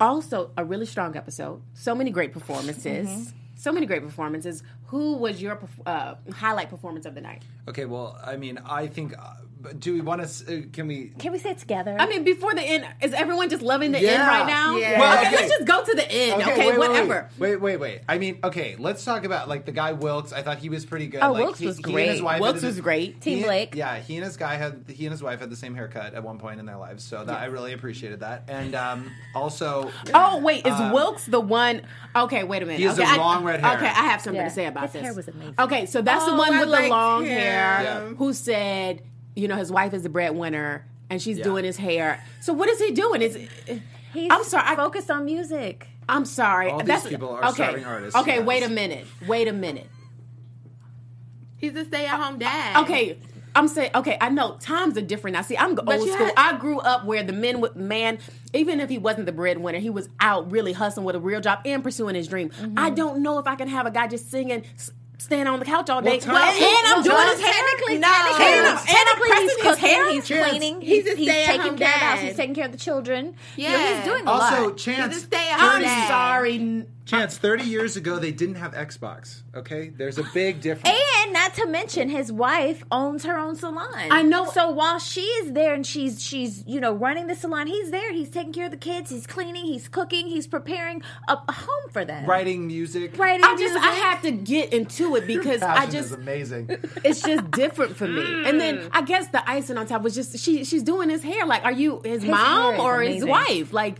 S2: Also, a really strong episode. So many great performances.
S6: Mm-hmm.
S2: So many great performances. Who was your perf- uh, highlight performance of the night?
S5: Okay, well, I mean, I think. Uh, but do we want to? Uh, can we?
S6: Can we say it together?
S2: I mean, before the end, is everyone just loving the end
S5: Yeah.
S2: right now?
S5: Yeah. Well,
S2: okay,
S5: okay.
S2: let's just go to the end. Okay,
S5: wait, wait,
S2: whatever.
S5: Wait, wait, wait, wait. I mean, okay, let's talk about like the guy Wilkes. I thought he was pretty good.
S6: Oh,
S5: like,
S6: Wilkes
S5: he,
S6: was
S5: he and
S6: great.
S5: his wife
S2: Wilkes
S5: had-
S2: was great.
S6: Team
S5: he-
S6: Blake.
S5: Yeah, he and his guy had he and his wife had the same haircut at one point in their lives, so that I really appreciated that. And um, also,
S2: Oh wait, is Wilkes the one? Okay, wait a minute.
S5: Um, He has
S2: okay,
S5: the
S2: I-
S5: long red hair.
S2: Okay, I have something
S6: Yeah.
S2: to say about
S6: His
S2: this.
S6: hair was amazing.
S2: Okay, so that's the
S7: Oh,
S2: one
S7: I
S2: with the
S7: liked
S2: long
S7: him.
S2: hair
S5: Yeah.
S2: who said, you know, his wife is the breadwinner and she's
S5: Yeah.
S2: doing his hair. So what is he doing? Is
S6: He's
S2: I'm sorry, I-
S6: Focused on music.
S2: I'm sorry.
S5: All these
S2: that's,
S5: people are
S2: okay.
S5: starving artists,
S2: Okay,
S5: yes.
S2: wait a minute. Wait a minute.
S7: he's a stay at home dad.
S2: Okay. I'm saying okay. I know times are different. I see. I'm old
S7: you
S2: school.
S7: had-
S2: I grew up where the men would man, even if he wasn't the breadwinner, he was out really hustling with a real job and pursuing his dream. I don't know if I can have a guy just singing, s- standing on the couch all day.
S5: Well, Tom-
S2: and I'm doing
S6: Well,
S2: his hair.
S6: technically,
S2: No.
S6: technically,
S2: and I'm, and I'm
S6: technically
S2: pressing his
S6: he's cooking,
S2: hair.
S6: he's
S5: Chance.
S6: cleaning,
S7: He's
S6: he's,
S7: a
S6: he's
S7: stay-at-home
S6: taking care of the house,
S7: dad.
S6: he's taking care of the children. You know,
S7: Yeah.
S6: he's doing a
S5: also
S6: lot.
S5: Chance.
S7: He's a stay at home
S2: I'm
S5: thirty-
S7: dad.
S2: sorry. n-
S5: Chance. Thirty years ago, they didn't have Xbox. Okay, there's a big difference.
S6: And not to mention, his wife owns her own salon.
S2: I know-
S6: So while she is there and she's she's you know running the salon, he's there. He's taking care of the kids. He's cleaning. He's cooking. He's preparing a, a home for them.
S5: Writing music.
S6: Writing.
S2: I just I
S6: music.
S2: have to get into it because I
S5: Passion
S2: just
S5: is amazing.
S2: it's just different for me. And then I guess the icing on top was just she she's doing his hair. Like, are you his,
S6: hair
S2: mom
S6: is
S2: or his
S6: amazing.
S2: wife? Like,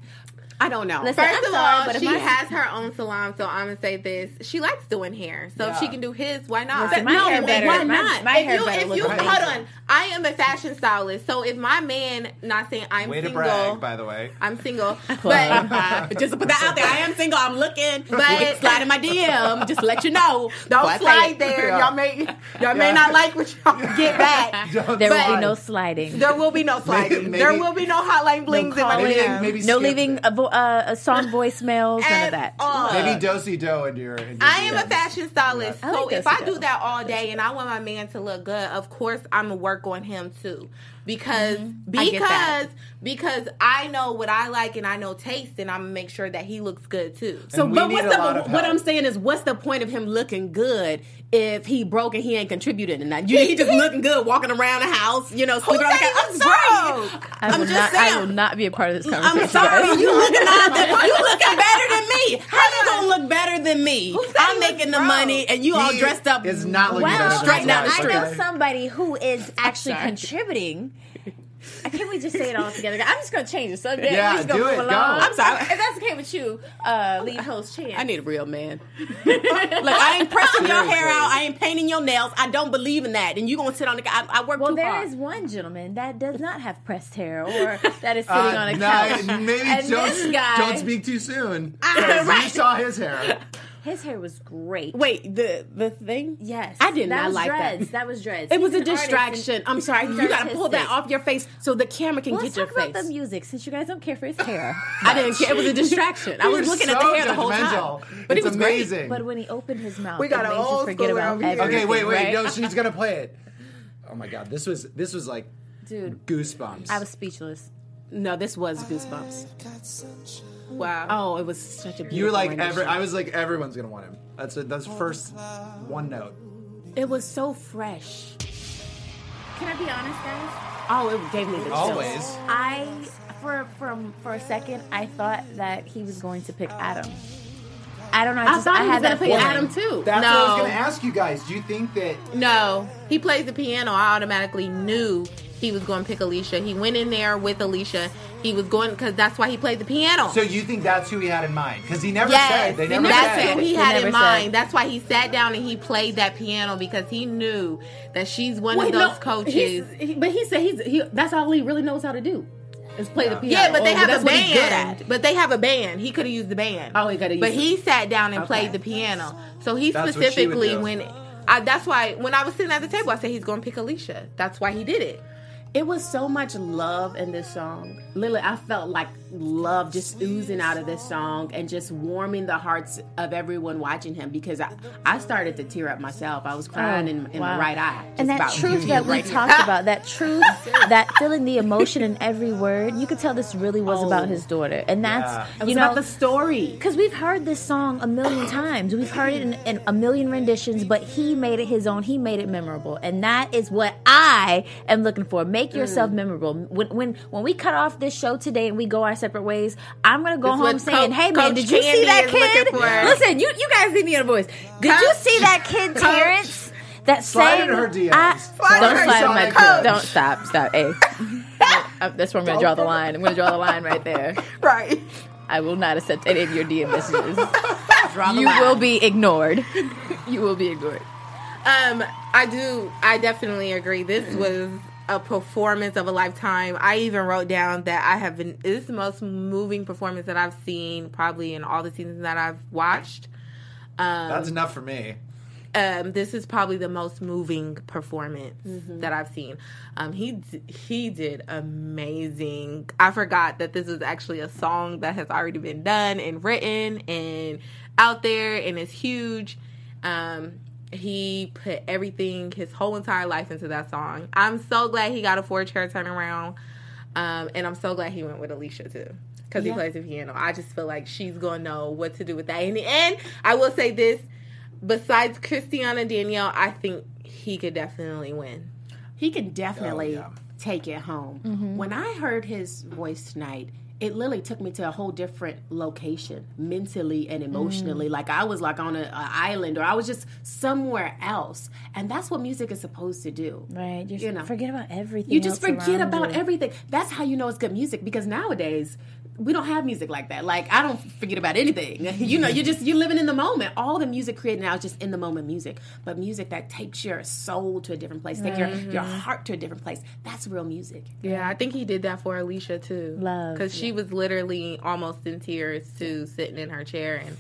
S2: I don't know.
S6: Listen,
S7: First
S6: I'm
S7: of
S6: sorry,
S7: all,
S6: but if
S7: Uh, she
S6: my-
S7: has her own salon, so I'm gonna say this: she likes doing hair. So if she can do his, why not?
S6: Listen, my
S2: no,
S6: hair better.
S2: why
S6: my,
S2: not?
S6: My
S7: if
S6: hair
S7: you,
S6: better.
S7: if
S6: look
S7: you
S6: amazing.
S7: hold on, I am a fashion stylist. So if my man, not saying I'm
S5: Way to
S7: single,
S5: brag, by the way.
S7: I'm
S6: [laughs]
S7: single, [laughs] but
S2: just to put that out there. I am single. I'm looking. But
S7: [laughs] But-
S2: slide in my DM. Just to let you know.
S7: don't
S2: Before I say
S7: slide
S2: it.
S7: there.
S5: Yeah.
S7: Y'all may y'all may not like what y'all
S5: [laughs]
S7: get back.
S5: Don't
S6: There will
S5: slide.
S6: be no sliding.
S7: There will be no sliding.
S5: maybe-
S7: there will be no hotline blings in my
S6: calling.
S7: DM.
S5: Maybe
S7: [laughs]
S6: no
S5: skip
S6: leaving
S5: it.
S6: a, vo- uh, a song voicemails. None
S7: At
S6: of that.
S7: all.
S5: Maybe dosey do into your. Into
S7: I am
S5: your
S7: a fashion stylist,
S6: I
S7: so
S6: like
S7: if
S6: this
S7: I do
S6: though.
S7: that all day and I want my man to look good, of course I'm gonna work on him too. because
S2: Mm-hmm. I get that.
S7: because because I know what I like and I know taste and I'm gonna make sure that he looks good too.
S2: So,
S5: And we
S2: but
S5: need
S2: what's
S5: a
S2: the
S5: lot of
S2: what
S5: help.
S2: I'm saying is, what's the point of him looking good if he broke and he ain't contributing to nothing? You, he just looking good, walking around the house, you know, sleeping on the
S7: said
S2: couch.
S7: he
S2: I'm
S7: was
S2: sorry.
S6: I
S2: I'm
S6: will,
S2: just
S6: not,
S2: saying.
S6: I will not be a part of this conversation.
S2: I'm sorry.
S6: guys.
S2: You looking all the- you looking better than me.
S7: [laughs]
S2: How you gonna look better than me?
S7: said
S2: I'm
S7: he
S2: making
S7: was
S2: the
S7: broke?
S2: money, and you all
S5: He
S2: dressed up.
S5: is not looking better
S6: Well,
S5: than
S2: straight down the
S5: us,
S6: I
S2: street.
S6: know
S5: okay?
S6: somebody who is actually
S2: sorry.
S6: contributing. Can we just say it all together? I'm just going to change the subject.
S5: Yeah,
S6: We're just gonna
S5: do it.
S6: move
S5: Go.
S6: along.
S5: I'm
S2: sorry.
S6: If that's okay with you, uh, leave host chance.
S2: I need a real man. like I ain't pressing your hair out. I ain't painting your nails. I don't believe in that. And you gonna sit on the? I, I work
S6: Well,
S2: too
S6: there
S2: hard.
S6: is one gentleman that does not have pressed hair or that is sitting
S5: Uh,
S6: on a
S5: nah,
S6: couch.
S5: maybe
S6: and this
S5: don't
S6: guy,
S5: don't speak too soon. 'cause You saw his hair.
S6: his hair was great.
S2: Wait, the the thing?
S6: Yes,
S2: I did
S6: that
S2: not
S6: was
S2: like that.
S6: dreads. That was dreads.
S2: It was
S6: He's
S2: a
S6: an artist
S2: distraction.
S6: and-
S2: I'm sorry.
S6: he's
S2: You got to pull that
S6: artistic.
S2: off your face so the camera can
S6: Well,
S2: get
S6: let's
S2: your
S6: talk about the
S2: face.
S6: music since you guys don't care for
S5: [laughs]
S6: his hair.
S2: I didn't care. It was a distraction. I was
S5: You're
S2: looking
S5: so
S2: at the hair the whole time.
S5: judgmental.
S2: But
S5: it's
S2: it was great.
S5: amazing.
S6: But when he opened his mouth,
S5: We got an
S6: it made you
S5: old
S6: forget
S5: school
S6: about
S5: around here.
S6: everything.
S5: Okay, wait, wait.
S6: right?
S5: No, she's gonna play it. Oh my god, this was this was like
S6: Dude,
S5: goosebumps.
S6: I was speechless.
S2: No, this was goosebumps.
S7: Wow.
S2: Oh, it was such a beautiful.
S5: you were like
S2: rendition.
S5: every, I was like everyone's gonna want him. That's it. That's first one note.
S2: It was so fresh.
S6: Can I be honest, guys?
S2: Oh, it gave me the chills.
S5: Always.
S6: I for from for a second I thought that he was going to pick Adam. I don't know. I,
S2: I
S6: just,
S2: thought
S6: I
S2: he was
S6: had
S2: gonna
S6: that
S2: pick
S6: feeling.
S2: Adam too.
S5: That's what I was
S7: No.
S5: gonna ask you guys. Do you think that
S7: No, he plays the piano. I automatically knew he was going to pick Alicia. He went in there with Alicia. He was going because that's why he played the piano.
S5: so you think that's who he had in mind? Because he never
S7: yes,
S5: said they never
S7: that's
S5: said
S7: who he had
S6: They
S7: in
S6: never said.
S7: mind. That's why he sat down and he played that piano because he knew that she's one
S2: Wait,
S7: of those
S2: no,
S7: coaches.
S2: he's- he- but he said he's he, that's all he really knows how to do is play the piano.
S7: Yeah, but they
S2: Oh,
S7: have
S2: that's
S7: a
S2: what he's good
S7: band.
S2: at.
S7: But they have a band. He could have used the band.
S2: Oh, he coulda
S7: But
S2: used
S7: he sat down and
S2: Okay.
S7: played the piano. So he
S5: That's what she would
S7: specifically
S5: do.
S7: when I, that's why when I was sitting at the table, I said he's going to pick Alicia. That's why he did it.
S2: It was so much love in this song. Literally, I felt like love just oozing out of this song and just warming the hearts of everyone watching him because I, I started to tear up myself. I was
S7: Oh,
S2: crying in, in
S6: wow.
S2: my right eye. just
S6: and that
S2: about
S6: truth
S2: you [laughs]
S6: that we
S2: right here.
S6: talked about,
S2: [laughs]
S6: that truth, that feeling the emotion in every word, you could tell this really was
S2: Oh.
S6: about his daughter. And that's,
S2: It was
S6: you know,
S2: about the story.
S6: because we've heard this song a million times. We've heard it in, in a million renditions, but he made it his own. He made it memorable, and that is what I am looking for.
S7: Mm.
S6: Make yourself memorable. When when when we cut off this show today and we go our separate ways, I'm gonna go
S7: That's
S6: home
S7: what
S6: saying,
S7: Coach-
S6: "Hey man,
S7: Coach
S6: did you see
S7: Candy
S6: that
S7: is
S6: kid?
S7: looking for."
S6: Listen, you you guys need me on a voice. Did you
S7: Coach-
S6: see that kid,
S7: Coach-
S6: Terrence?" That
S5: Slide
S6: sang,
S5: in her DMs.
S6: I-
S5: Slide
S6: don't
S7: in her
S6: slide in my
S5: DMs. Coach.
S6: Don't stop, stop. Hey, [laughs] Uh, that's where I'm gonna draw the line. I'm gonna draw the line right there.
S7: Right.
S6: I will not accept any of your DM messages. you will be ignored. You will be ignored.
S7: Um, I do. I definitely agree. This was a performance of a lifetime. I even wrote down that I have been. This is the most moving performance that I've seen probably in all the seasons that I've watched.
S5: that's enough for me.
S7: Um, this is probably the most moving performance that I've seen. Um, he d- he did amazing. I forgot that this is actually a song that has already been done and written and out there and is huge. Um, he put everything, his whole entire life into that song. I'm so glad he got a four chair turnaround. Um, and I'm so glad he went with Alicia too. Because he plays the piano. I just feel like she's going to know what to do with that. In the end, I will say this besides Christiana Danielle, I think he could definitely win.
S2: He can definitely
S5: Oh, yeah.
S2: take it home. When I heard his voice tonight, it literally took me to a whole different location mentally and emotionally. Like I was like on an island or I was just somewhere else. And that's what music is supposed to do.
S6: Right, you
S2: know.
S6: forget about everything.
S2: You just
S6: else
S2: forget
S6: around
S2: about
S6: you.
S2: everything. That's how you know it's good music because nowadays we don't have music like that. Like I don't forget about anything. [laughs] You know, you just you're living in the moment. All the music created now is just in the moment music. But music that takes your soul to a different place, take your your heart to a different place. That's real music.
S7: Yeah, I think he did that for Alicia too.
S6: Love,
S7: Because she was literally almost in tears too, sitting in her chair. And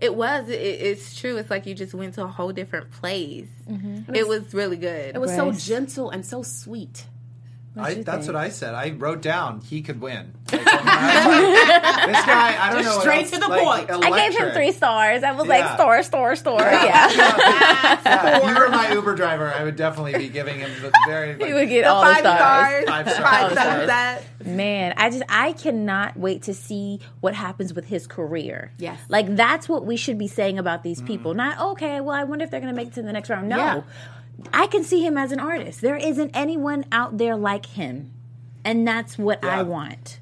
S7: it was, it, it's true. It's like you just went to a whole different place.
S6: Mm-hmm.
S7: It was really good.
S2: It was so
S6: Grace.
S2: gentle and so sweet.
S6: [laughs]
S5: I, that's what I said. I wrote down he could win. Like, I'm like, this guy, I don't
S2: Just
S5: know. what
S2: straight
S5: else-
S2: to the
S5: like,
S2: point. I
S6: I gave him
S5: electric.
S6: three stars. I was like,
S5: Yeah.
S6: store, store, store. Yeah. [laughs]
S5: Yeah, if you were my Uber driver, I would definitely be giving him the very.
S6: [laughs] He
S5: like,
S6: would get all the stars.
S5: Five stars.
S7: Five
S5: Five
S7: stars.
S5: stars.
S6: Man, I just I cannot wait to see what happens with his career.
S2: Yes.
S6: Like that's what we should be saying about these
S7: Mm-hmm.
S6: people. Not okay, well I wonder if they're going to make it to the next round. No.
S2: Yeah.
S6: I can see him as an artist. There isn't anyone out there like him. And that's what I
S5: Yeah.
S6: want.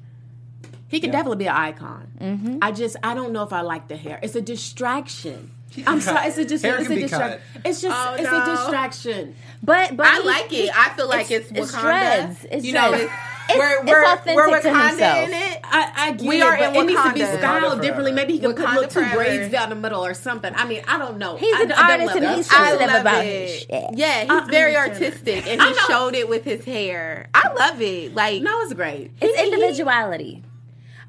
S2: He could definitely be an icon. I just I don't know if I like the hair. It's a distraction. I'm sorry. It's a just.
S5: Hair
S2: it's
S5: can
S2: a
S5: be
S2: distraction.
S5: cut.
S2: It's just.
S7: Oh,
S2: it's
S7: no.
S2: a distraction.
S6: But but
S7: I
S6: he-
S7: like
S6: he-
S7: it. I feel like it's,
S6: it's
S7: Wakanda.
S6: dreads. It's
S7: you know,
S6: dreads.
S7: It's,
S6: It's-
S7: we're
S6: it's
S7: we're, we're
S6: authentic to
S7: Wakanda
S6: himself.
S7: in it.
S2: I, I get
S7: We
S2: it,
S7: are
S2: but
S7: in
S2: it needs to be
S7: Wakanda.
S2: styled
S5: Wakanda
S2: differently. Maybe he could put
S7: Wakanda
S2: little two
S7: forever.
S2: braids down the middle or something. I mean, I don't know.
S6: He's
S2: I-
S6: an
S2: I don't
S6: artist
S2: love
S6: and
S2: that.
S6: he's
S7: I
S6: sensitive
S7: love
S6: about
S7: it.
S6: his shit.
S7: Yeah, he's
S2: I
S7: very
S2: understand
S7: artistic, and he showed it with his hair. I love it. Like,
S2: No, it's great.
S6: It's individuality.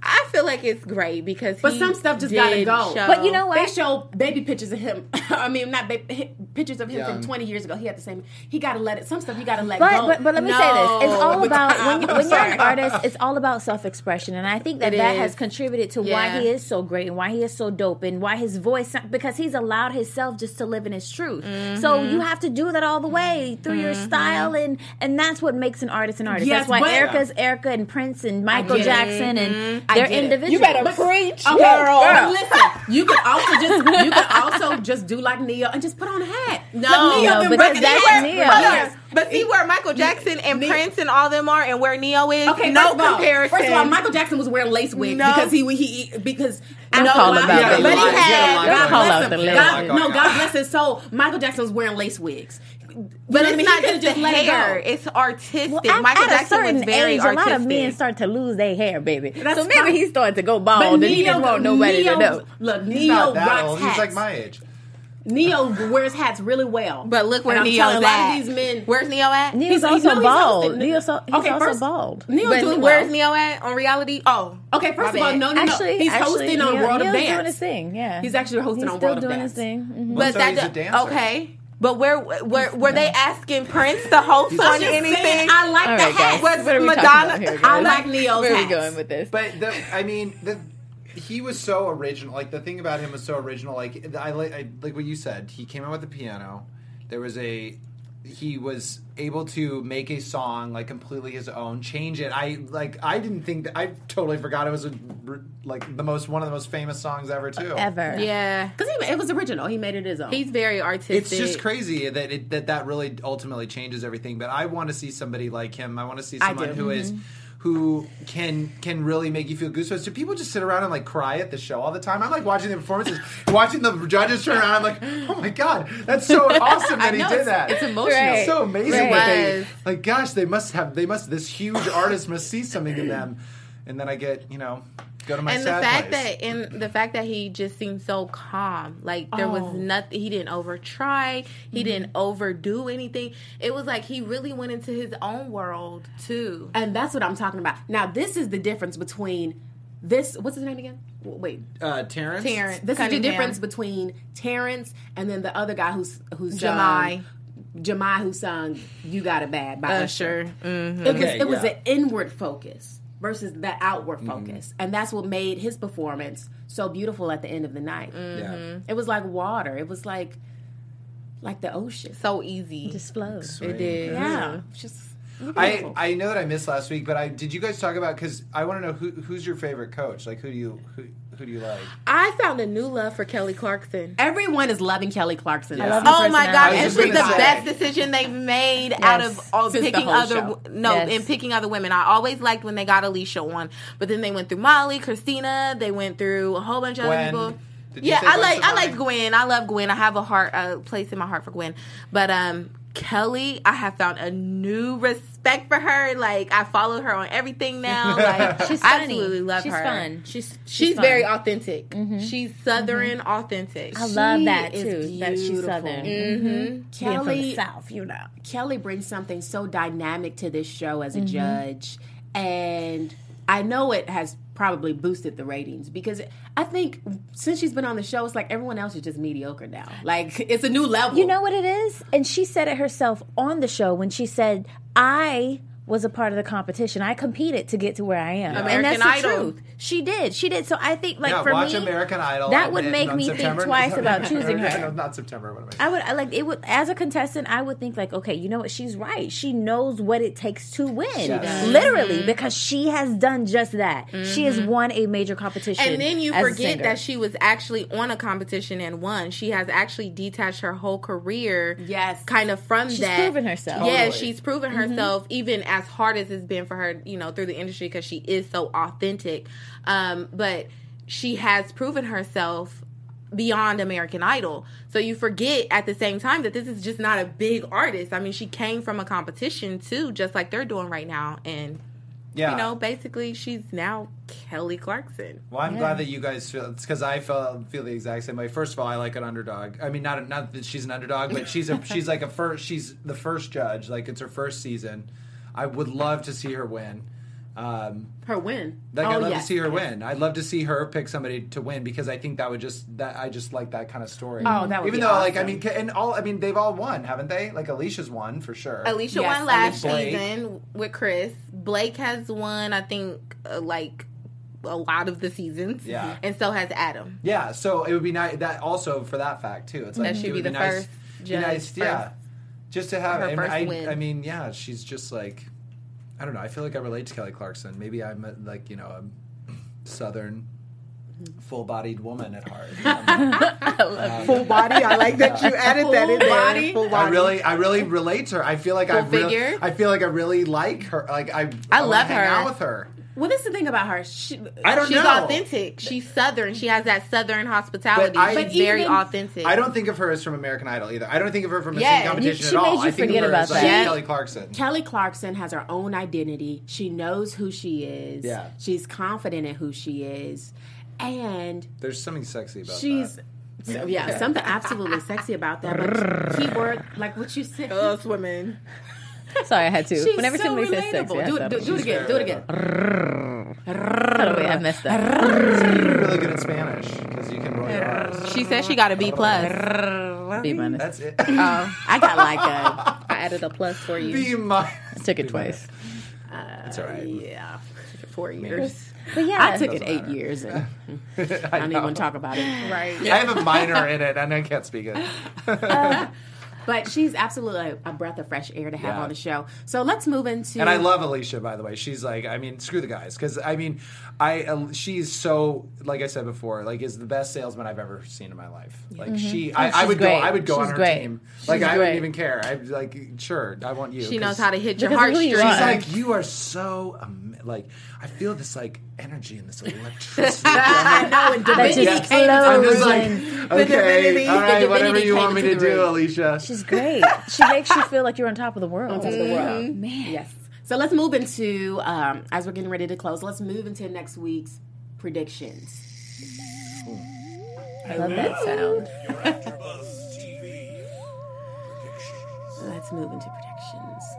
S7: I feel like it's great because.
S2: But
S7: he
S2: some stuff just gotta
S7: did
S2: go.
S7: show-
S6: But you know
S2: They
S6: what?
S2: show baby pictures of him. [laughs] I mean, not baby, hi- pictures of him from
S5: Young.
S2: 20 years ago. He had the same. He got to let it. Some stuff you got to let
S6: But,
S2: go.
S6: but, but let me say this. It's all
S2: No.
S6: about when, you,
S2: I'm
S6: when you're an
S2: sorry.
S6: artist, it's all about self expression. And I think that
S7: It
S6: that
S7: is.
S6: has contributed to why
S7: Yeah.
S6: he is so great and why he is so dope and why his voice, sound- because he's allowed himself just to live in his truth. So
S2: Mm-hmm.
S6: you have to do that all the way through your style. And, and that's what makes an artist an artist.
S2: Yes,
S6: that's why
S2: but-
S6: Erica's Erica and Prince and Michael
S2: get it. Mm-hmm.
S6: Jackson and
S2: I
S6: they're
S2: get it.
S6: individuals.
S2: You better
S6: preach,
S2: Okay, But listen, you could also just you could also just do like Neo and just put on a hat.
S7: No,
S2: Let Neo
S6: No,
S2: then
S6: but
S2: break it
S6: that's
S2: down.
S6: Neo.
S7: Hold on.
S6: Yes.
S7: But see where Michael Jackson and
S2: Ne-
S7: Prince and all them are, and where Neo is.
S2: Okay,
S7: no
S2: first of all-
S7: comparison.
S2: First of all, Michael Jackson was wearing lace wigs
S7: No.
S2: because he he because
S6: Don't call him
S2: Michael-
S6: out the
S2: but he
S6: lace.
S2: had-
S5: Yeah, like,
S2: God
S5: call
S2: bless
S6: out
S2: him.
S6: the lace.
S2: God-
S5: Yeah,
S2: no,
S5: like,
S2: God bless his soul. Michael Jackson was wearing lace wigs.
S7: but
S2: You know what I
S7: it's
S2: mean? He
S7: not
S2: could've
S7: just, the
S2: let it go.
S7: hair; it's artistic.
S6: Well, at-
S7: Michael
S6: at
S7: Jackson
S6: a certain
S7: was very
S6: age,
S7: artistic.
S6: a lot of men start to lose their hair, baby.
S2: That's
S6: so maybe
S2: fine.
S6: he started to go bald and Oh, he didn't want nobody
S2: Neo,
S6: to know.
S2: Look,
S5: He's
S2: Neo
S5: not that
S2: rocks
S5: old.
S2: hats.
S5: He's like my age.
S2: Neo wears hats really well.
S7: but look where
S2: And I'm
S7: Neo's
S2: telling
S7: at.
S2: a lot of these men.
S7: Where's Neo at?
S6: Neo's
S2: He's-
S6: also
S2: no, he's also-
S6: bald. Neo's, so, he's
S2: Okay,
S6: also
S2: first-
S6: bald.
S2: Neo
S7: But
S2: doing well.
S7: where's Neo at on reality? Oh,
S2: Okay, first
S7: My
S2: of all,
S7: bad.
S2: no, no, no.
S6: actually,
S2: he's
S6: actually,
S2: hosting on
S6: Neo-
S2: World
S6: Neo's
S2: of Dance.
S6: doing his thing. Yeah,
S2: He's actually hosting
S6: He's
S2: on
S6: still
S2: World of
S6: doing his
S2: Dance.
S6: thing. Mhm.
S5: Well,
S7: but
S5: so
S7: that
S5: he's a
S7: do-
S5: dancer.
S7: okay. But where were were they asking Prince to host
S2: I'm
S7: on
S2: just saying,
S7: anything?
S2: I like
S6: All
S2: the
S6: right,
S2: hat.
S6: guys.
S7: Was
S6: What are we talking
S7: Madonna-
S6: about here, guys?
S2: I like Neo's
S6: Where are we
S2: hats.
S6: going with this?
S5: But the, I mean, the, he was so original. Like the thing about him was so original. Like I, li- I like what you said. He came out with the piano. There was a he was able to make a song like completely his own, change it. I like I didn't think that, I totally forgot it was a, like the most one of the most famous songs ever too.
S6: Ever.
S7: yeah,
S2: Because it was original. He made it his own.
S7: he's very artistic.
S5: It's just crazy that it, that that really ultimately changes everything. But I want to see somebody like him. I want to see
S2: I
S5: someone
S2: do.
S5: who is
S7: Mm-hmm.
S5: who can can really make you feel goosebumps. Do people just sit around and like cry at the show all the time? I'm like watching the
S7: [laughs]
S5: performances, watching the judges turn around. I'm like, oh my god, that's
S7: [laughs]
S5: so awesome that he
S7: know,
S5: did
S7: it's-
S5: that.
S7: it's emotional.
S5: It's so amazing
S6: Right.
S5: that
S7: It
S5: they
S7: was.
S5: like. Gosh, they must have. They must. This huge artist must see something in
S7: [clears throat]
S5: them. And then I get you know go to my
S7: and the
S5: sad
S7: fact
S5: place.
S7: that and the fact that he just seemed so calm like there
S2: Oh.
S7: was nothing he didn't over try he didn't overdo anything it was like he really went into his own world too
S2: and that's what I'm talking about. Now, this is the difference between this. What's his name again? W- Wait.
S5: uh, Terrence.
S7: Terrence
S2: This
S7: Cunningham.
S2: is the difference between Terrence and then the other guy who's who's
S7: Jamai.
S2: Jamai who sung "You Got It Bad"
S6: Uh,
S2: by Usher.
S7: Usher mm.
S2: It was
S5: Okay,
S2: it was
S5: yeah.
S2: an inward focus versus the outward
S6: Mm-hmm.
S2: focus, and that's what made his performance so beautiful at the end of the night.
S6: Mm.
S7: Mm-hmm.
S5: Yeah.
S2: It was like water. It was like like the ocean.
S7: so easy
S6: Just flows.
S7: it did
S2: Yeah, it's just
S5: I, I know that I missed last week, but I did you guys talk about because I want to know who who's your favorite coach? Like who do you who who do you like?
S7: i found a new love for kelly clarkson
S2: everyone is loving Kelly Clarkson.
S5: love
S2: That's
S7: Oh my god!
S5: I
S7: This
S5: was just
S7: is the
S5: gonna say.
S7: best decision they've made out
S6: Yes.
S7: of all
S2: Since the
S7: picking
S2: whole
S7: other
S2: show.
S7: no
S6: Yes.
S7: and picking other women. I always liked when they got Alicia on, but then they went through Molly, Christina. They went through a whole bunch of
S5: Gwen.
S7: other people.
S5: Did you
S7: Yeah,
S5: say
S7: I
S5: Gwen
S7: like I
S5: Stefani?
S7: like Gwen. I love Gwen. I have a heart a place in my heart for Gwen, but um. Kelly, I have found a new respect for her. Like I follow her on everything [laughs] now. Like
S6: She's
S7: I
S6: funny.
S7: absolutely love
S6: She's
S7: her.
S6: fun.
S7: She's she's,
S6: fun.
S7: very authentic. She's southern authentic.
S6: Mm-hmm. I love that
S2: is
S6: too. That she's
S2: beautiful. Mm-hmm.
S6: southern. Being from the
S2: Kelly
S6: south, you know.
S2: Kelly brings something so dynamic to this show as a judge, and I know it has probably boosted the ratings because I think since she's been on the show, it's like everyone else is just mediocre now. Like it's a new level.
S6: You know what it is? And she said it herself on the show when she said, I was a part of the competition. I competed to get to where I am, and
S7: American
S6: that's the
S7: Idol.
S6: truth. She did. She did. So I think, like
S5: yeah,
S6: for
S5: watch
S6: me,
S5: American Idol.
S6: That would
S5: and
S6: make
S5: on
S6: me
S5: September-
S6: think
S5: [laughs]
S6: twice about
S5: September-
S6: choosing her.
S5: Not September. What am I?
S6: I would I like it would as a contestant. I would think like, okay, you know what? She's right. She knows what it takes to win,
S5: does.
S6: literally,
S7: Mm-hmm.
S6: because she has done just that. She has won a major competition,
S7: And then you
S6: as a
S7: forget
S6: singer.
S7: that she was actually on a competition and won. She has actually detached her whole career,
S2: Yes.
S7: kind of from
S6: she's
S7: that.
S6: proven herself. Mm-hmm.
S7: Yeah,
S5: Totally.
S7: she's proven herself even as hard as it's been for her, you know, through the industry because she is so authentic. Um, but she has proven herself beyond American Idol. So you forget at the same time that this is just not a big artist. I mean, she came from a competition too, just like they're doing right now. And,
S5: Yeah.
S7: you know, basically she's now Kelly Clarkson.
S5: Well, I'm glad that you guys feel it's because I feel feel the exact same way. First of all, I like an underdog. I mean, not not that she's an underdog, but she's
S6: [laughs]
S5: a she's like a first. She's the first judge. Like it's her first season. I would love to see her win. Um,
S2: Her win.
S5: like
S7: Oh,
S6: Oh,
S5: I'd love
S2: yes.
S5: to see her win. I'd love to see her pick somebody to win because I think that would just that I just like that kind of story.
S2: Oh, that would
S5: even
S2: be
S5: though like I
S2: awesome.
S5: mean ca- and all I mean they've all won, haven't they? Like Alicia's won for sure.
S7: Alicia
S2: Yes,
S7: won last
S5: I mean, Blake.
S7: season with Chris. Blake has won, I think, uh, like a lot of the seasons.
S5: Yeah.
S7: And so has Adam.
S5: Yeah, so it would be nice that also for that fact too. It's like
S7: should
S5: it would
S7: be the
S5: nice,
S7: first
S5: be
S7: judge,
S5: nice, yeah,
S7: first-
S5: just to have.
S7: her
S5: and
S7: first
S5: I,
S7: win.
S5: I mean, yeah, she's just like, I don't know. I feel like I relate to Kelly Clarkson. Maybe I'm a, like you know a southern,
S7: Mm-hmm.
S5: full-bodied woman at
S7: [laughs]
S5: heart. Um,
S2: Full body. I like that
S5: [laughs]
S2: you added that in there.
S7: body.
S2: Full
S5: I really, I really relate to her. I feel like I
S7: Full
S5: really,
S7: figure?
S5: I feel like I really like her. Like I,
S7: I
S5: wanna
S7: love
S5: hang
S7: her.
S5: out with her.
S2: Well, that's the thing about her. She,
S5: I don't
S7: She's
S5: know.
S7: authentic. She's southern. She has that southern hospitality.
S5: But I-
S7: She's
S5: But
S7: very
S2: even-
S7: authentic.
S5: I don't think of her as from American Idol either. I don't think of her from a
S7: Yeah,
S5: singing
S7: you-
S5: competition
S6: she
S5: at all.
S6: made you
S5: I think
S6: forget
S5: of her as,
S6: about
S5: like,
S7: that.
S5: Kelly Clarkson.
S2: Kelly Clarkson has her own identity. She knows who she is.
S5: Yeah.
S2: She's confident in who she is. And
S5: There's something sexy about
S2: she's
S5: that.
S2: so, yeah, something absolutely sexy about that. But keyword like what you said.
S7: Us women.
S6: Sorry, I had to.
S2: She's
S6: Whenever
S2: so
S6: somebody says sex,
S2: relatable.
S6: yeah,
S2: do, it,
S6: that
S2: do,
S6: was-
S2: do it again. Do it again.
S6: totally, I messed up.
S5: You're really good at Spanish because you can roll your R's.
S7: She said she got a B plus.
S6: B minus.
S5: That's
S6: [laughs]
S5: it.
S6: Um,
S5: [laughs]
S2: I got like a
S7: I added a plus for you.
S5: B minus.
S6: Took it twice.
S5: That's all right.
S2: yeah. [laughs]
S7: Four years.
S6: But yeah,
S2: I took it eight years, [laughs] and I don't even want to talk about it.
S7: Right.
S5: I have a minor in it and I can't speak it.
S2: But she's absolutely a, a breath of fresh air to have
S5: Yeah.
S2: on the show. So let's move into.
S5: And I love Alicia, by the way. She's like, I mean, screw the guys, because I mean, I uh, she's so like I said before, like is the best salesman I've ever seen in my life. Like she, I, I
S6: Mm-hmm. Oh, she's
S5: would go,
S6: great.
S5: I would go on
S6: She's
S5: her
S6: great.
S5: team. Like
S6: She's
S5: I wouldn't
S6: great.
S5: even care. I'd be like, sure, I want you.
S7: She
S5: 'cause-
S7: knows how to hit your
S6: Because of who
S7: heartstrings.
S6: you
S5: She's
S6: are.
S5: like, you are so am- like I feel this like energy and this electricity. I'm like,
S6: That just
S5: yes. I'm just
S6: flows
S5: like,
S6: in.
S5: okay,
S7: divinity-
S5: all right,
S7: the
S5: whatever
S7: divinity
S5: you
S7: came
S5: want me
S7: into
S5: to
S7: the
S5: do,
S7: room.
S5: Alicia.
S6: She's great. She makes you feel like you're on top of the world.
S5: world.
S6: Man.
S2: Yes. So let's move into um, as we're getting ready to close. Let's move into next week's predictions.
S6: I love that sound.
S11: Your AfterBuzz TV.
S2: Let's move into predictions.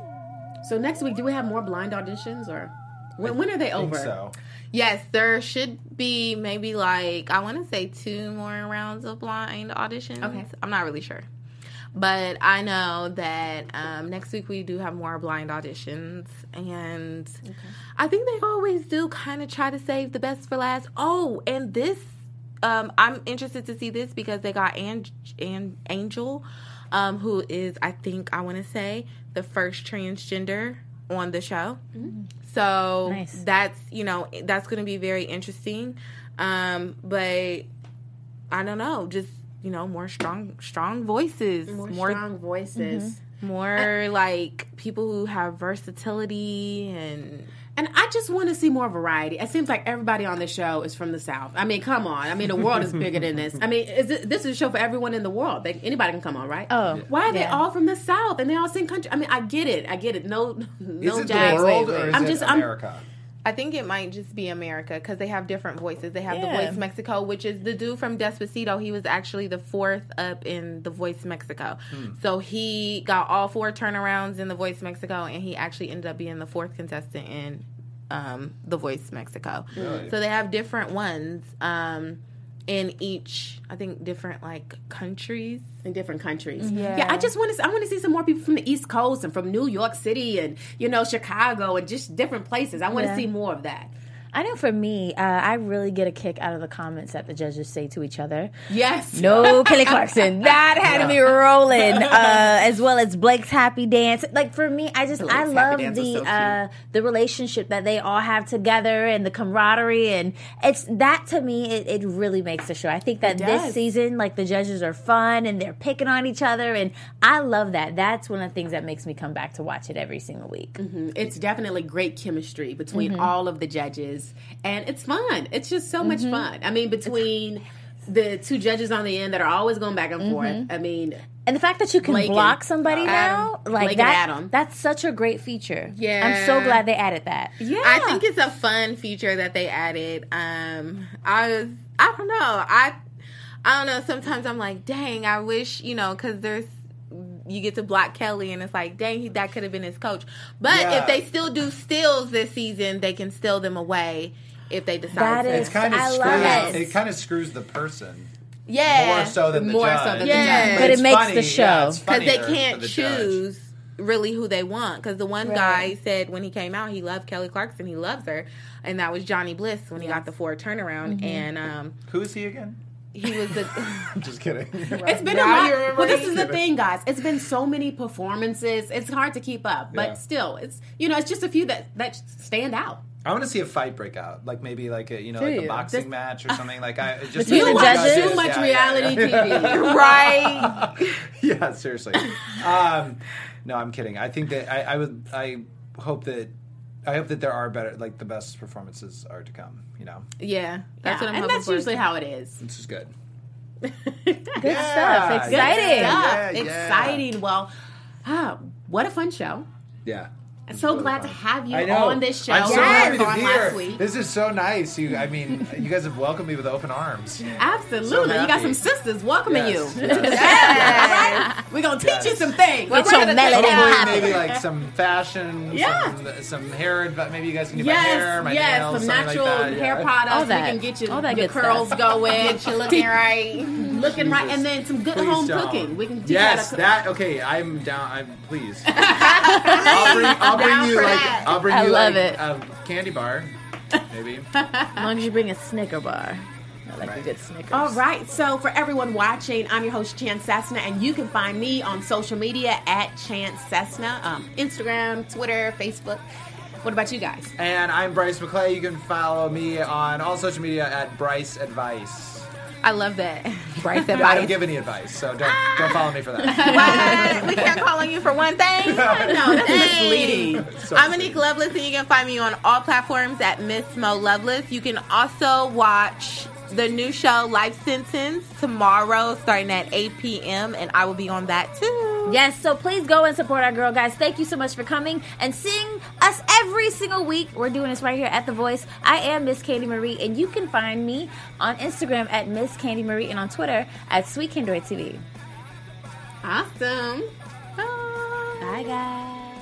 S2: So next week, do we have more blind auditions or when, when are they
S5: I
S2: over?
S5: think so.
S7: Yes, there should be maybe like I want to say two more rounds of blind auditions.
S2: Okay.
S7: I'm not really sure, but I know that um, next week we do have more blind auditions, and I think they always do kind of try to save the best for last. Oh, and this um, I'm interested to see this because they got Ang- An- Angel, um, who is I think I want to say the first transgender on the show. So
S6: Nice.
S7: that's you know that's going to be very interesting. Um, but I don't know, just you know more strong strong voices,
S2: More,
S7: more more,
S2: strong voices.
S7: like people who have versatility and
S2: And I just want to see more variety. It seems like everybody on the show is from the South. I mean, come on. I mean, the world is bigger than this. I mean, is it, this is a show for everyone in the world. They, anybody can come on, right?
S6: Oh,
S2: why are they
S6: yeah.
S2: all from the South and they all sing country? I mean, I get it. I get it. No, no
S5: is it
S2: jabs.
S5: the world
S6: wait,
S5: or
S6: wait.
S5: is
S2: I'm
S5: it
S2: just- I'm-
S5: America?
S7: I think it might just be America because they have different voices. They have
S6: Yeah.
S7: the Voice Mexico, which is the dude from Despacito. He was actually the fourth up in the Voice Mexico.
S2: Hmm.
S7: So he got all four turnarounds in the Voice Mexico, and he actually ended up being the fourth contestant in um, the Voice Mexico. So they have different ones. Um, in each, I think, different like countries.
S2: in different countries. Yeah, I just want to. I want to see some more people from the East Coast and from New York City and you know Chicago and just different places. I want to see more of that.
S6: I know for me, uh, I really get a kick out of the comments that the judges say to each other.
S2: Yes.
S6: No,
S2: [laughs]
S6: Kelly Clarkson. That had me rolling, uh, as well as Blake's happy dance. Like for me, I just I
S2: happy
S6: love
S2: dance was
S6: the
S2: so cute.
S6: uh, the relationship that they all have together and the camaraderie, and it's that to me it, it really makes the show. I think that this
S2: does.
S6: season, like the judges are fun and they're picking on each other, and I love that. That's one of the things that makes me come back to watch it every single week.
S2: It's definitely great chemistry between
S6: Mm-hmm.
S2: all of the judges, and it's fun. It's just so
S6: Mm-hmm.
S2: much fun. I mean, between the two judges on the end that are always going back and forth. I mean,
S6: And the fact that you can
S2: Blake and,
S6: block somebody
S2: uh,
S6: now,
S2: Adam.
S6: Um, like
S2: Blake and
S6: that,
S2: Adam.
S6: that's such a great feature.
S7: Yeah.
S6: I'm so glad they added that.
S2: yeah,
S7: I think it's a fun feature that they added. Um, I was, I don't know, I, I don't know. Sometimes I'm like, dang, I wish you know, because there's, you get to block Kelly, and it's like, dang, he, that could have been his coach. But
S5: Yeah.
S7: if they still do steals this season, they can steal them away if they decide.
S6: That
S7: to.
S6: is-
S5: It kind of
S6: I
S5: screws.
S6: love
S5: It
S6: it.
S5: kind of screws the person
S7: yeah,
S5: more so than the
S2: More so
S5: judge.
S2: than the
S7: Yeah. judge.
S6: But it
S5: it's
S6: makes
S5: funny,
S6: the
S5: yeah, it's
S6: show.
S7: because they
S5: funnier
S7: can't
S5: for the judge.
S7: choose really who they want. Because the one
S6: Right.
S7: guy said when he came out, he loved Kelly Clarkson, he loves her, and that was Johnny Bliss when he got the four turnaround,
S6: Mm-hmm.
S7: and um,
S5: Who is he again?
S7: he was the.
S5: I'm just kidding. [laughs]
S2: It's been
S7: Now you
S2: a lot.
S7: remember
S2: Well, this
S7: it.
S2: is the thing, guys. It's been so many performances. It's hard to keep up, but
S5: Yeah.
S2: still, it's you know, it's just a few that that stand out.
S5: I want to see a fight break out, like maybe like a you know like a
S2: you?
S5: boxing match or something. Like I it just
S6: Between
S2: You
S6: the
S2: watch
S6: judges?
S2: too much
S6: [laughs]
S2: reality TV.
S7: Right.
S5: [laughs] yeah, seriously. Um, no, I'm kidding. I think that I, I would. I hope that I hope that there are better, like the best performances are to come. You know,
S7: Yeah, that's what I'm
S2: and
S7: hoping
S2: that's
S7: for.
S2: usually how it is.
S5: this is good.
S6: Good stuff. Exciting.
S5: Yeah, yeah.
S2: Exciting. Well, ah, what a fun show.
S5: Yeah.
S2: I'm so glad to have you on this show.
S5: I'm so
S2: Yes.
S5: happy to
S2: On
S5: be
S2: last
S5: here.
S2: week.
S5: This is so nice. You, I mean, you guys have welcomed me with open arms.
S2: Absolutely.
S5: So
S2: you got
S5: happy.
S2: some sisters welcoming
S5: Yes,
S2: you.
S5: yes.
S2: We're going to teach you
S5: Yes.
S2: some things.
S6: Get your melody
S5: Hopefully,
S6: popping.
S5: maybe like some fashion,
S2: Yeah.
S5: some, some hair. adv- Maybe you guys can do my hair,
S2: Yes,
S5: my
S2: yes,
S5: nails,
S2: some
S5: something
S2: natural
S5: like that.
S2: hair
S5: yeah.
S2: products.
S6: All
S2: you
S6: that.
S2: can get your,
S6: All that
S2: your
S6: good
S2: curls
S6: stuff.
S2: going, get you looking
S7: right.
S2: looking right, and then some good home
S5: don't.
S2: cooking. We can teach
S5: Yes,
S2: you how to cook.
S5: that okay. I'm down. I'm
S2: [laughs]
S5: please. I'll bring, I'll bring you
S7: for
S5: like
S7: that.
S5: I'll bring
S6: I
S5: you
S6: love
S5: like
S6: it.
S5: a candy bar,
S2: [laughs]
S5: maybe.
S6: As long as you bring a Snicker bar. I like a good Snickers.
S2: All right, so for everyone watching, I'm your host Chan Cessna, and you can find me on social media at Chan Cessna, um, Instagram, Twitter, Facebook. What about you guys?
S5: And I'm Bryce McClay. You can follow me on all social media at Bryce Advice.
S7: I love that.
S2: Bryce
S5: I don't give any advice, so don't don't follow me for that.
S2: [laughs]
S7: What? we can't call on you for one thing. No, that's misleading.
S5: So
S7: I'm Monique Loveless, and you can find me on all platforms at Miss Mo Loveless. You can also watch the new show Life Sentence tomorrow, starting at 8 p.m., and I will be on that too.
S6: Yes, so please go and support our girl, guys. Thank you so much for coming and seeing us every single week. We're doing this right here at The Voice. I am Miss Candy Marie, and you can find me on Instagram at Miss Candy Marie and on Twitter at Sweet Kindroid TV.
S2: Awesome.
S6: Bye, guys.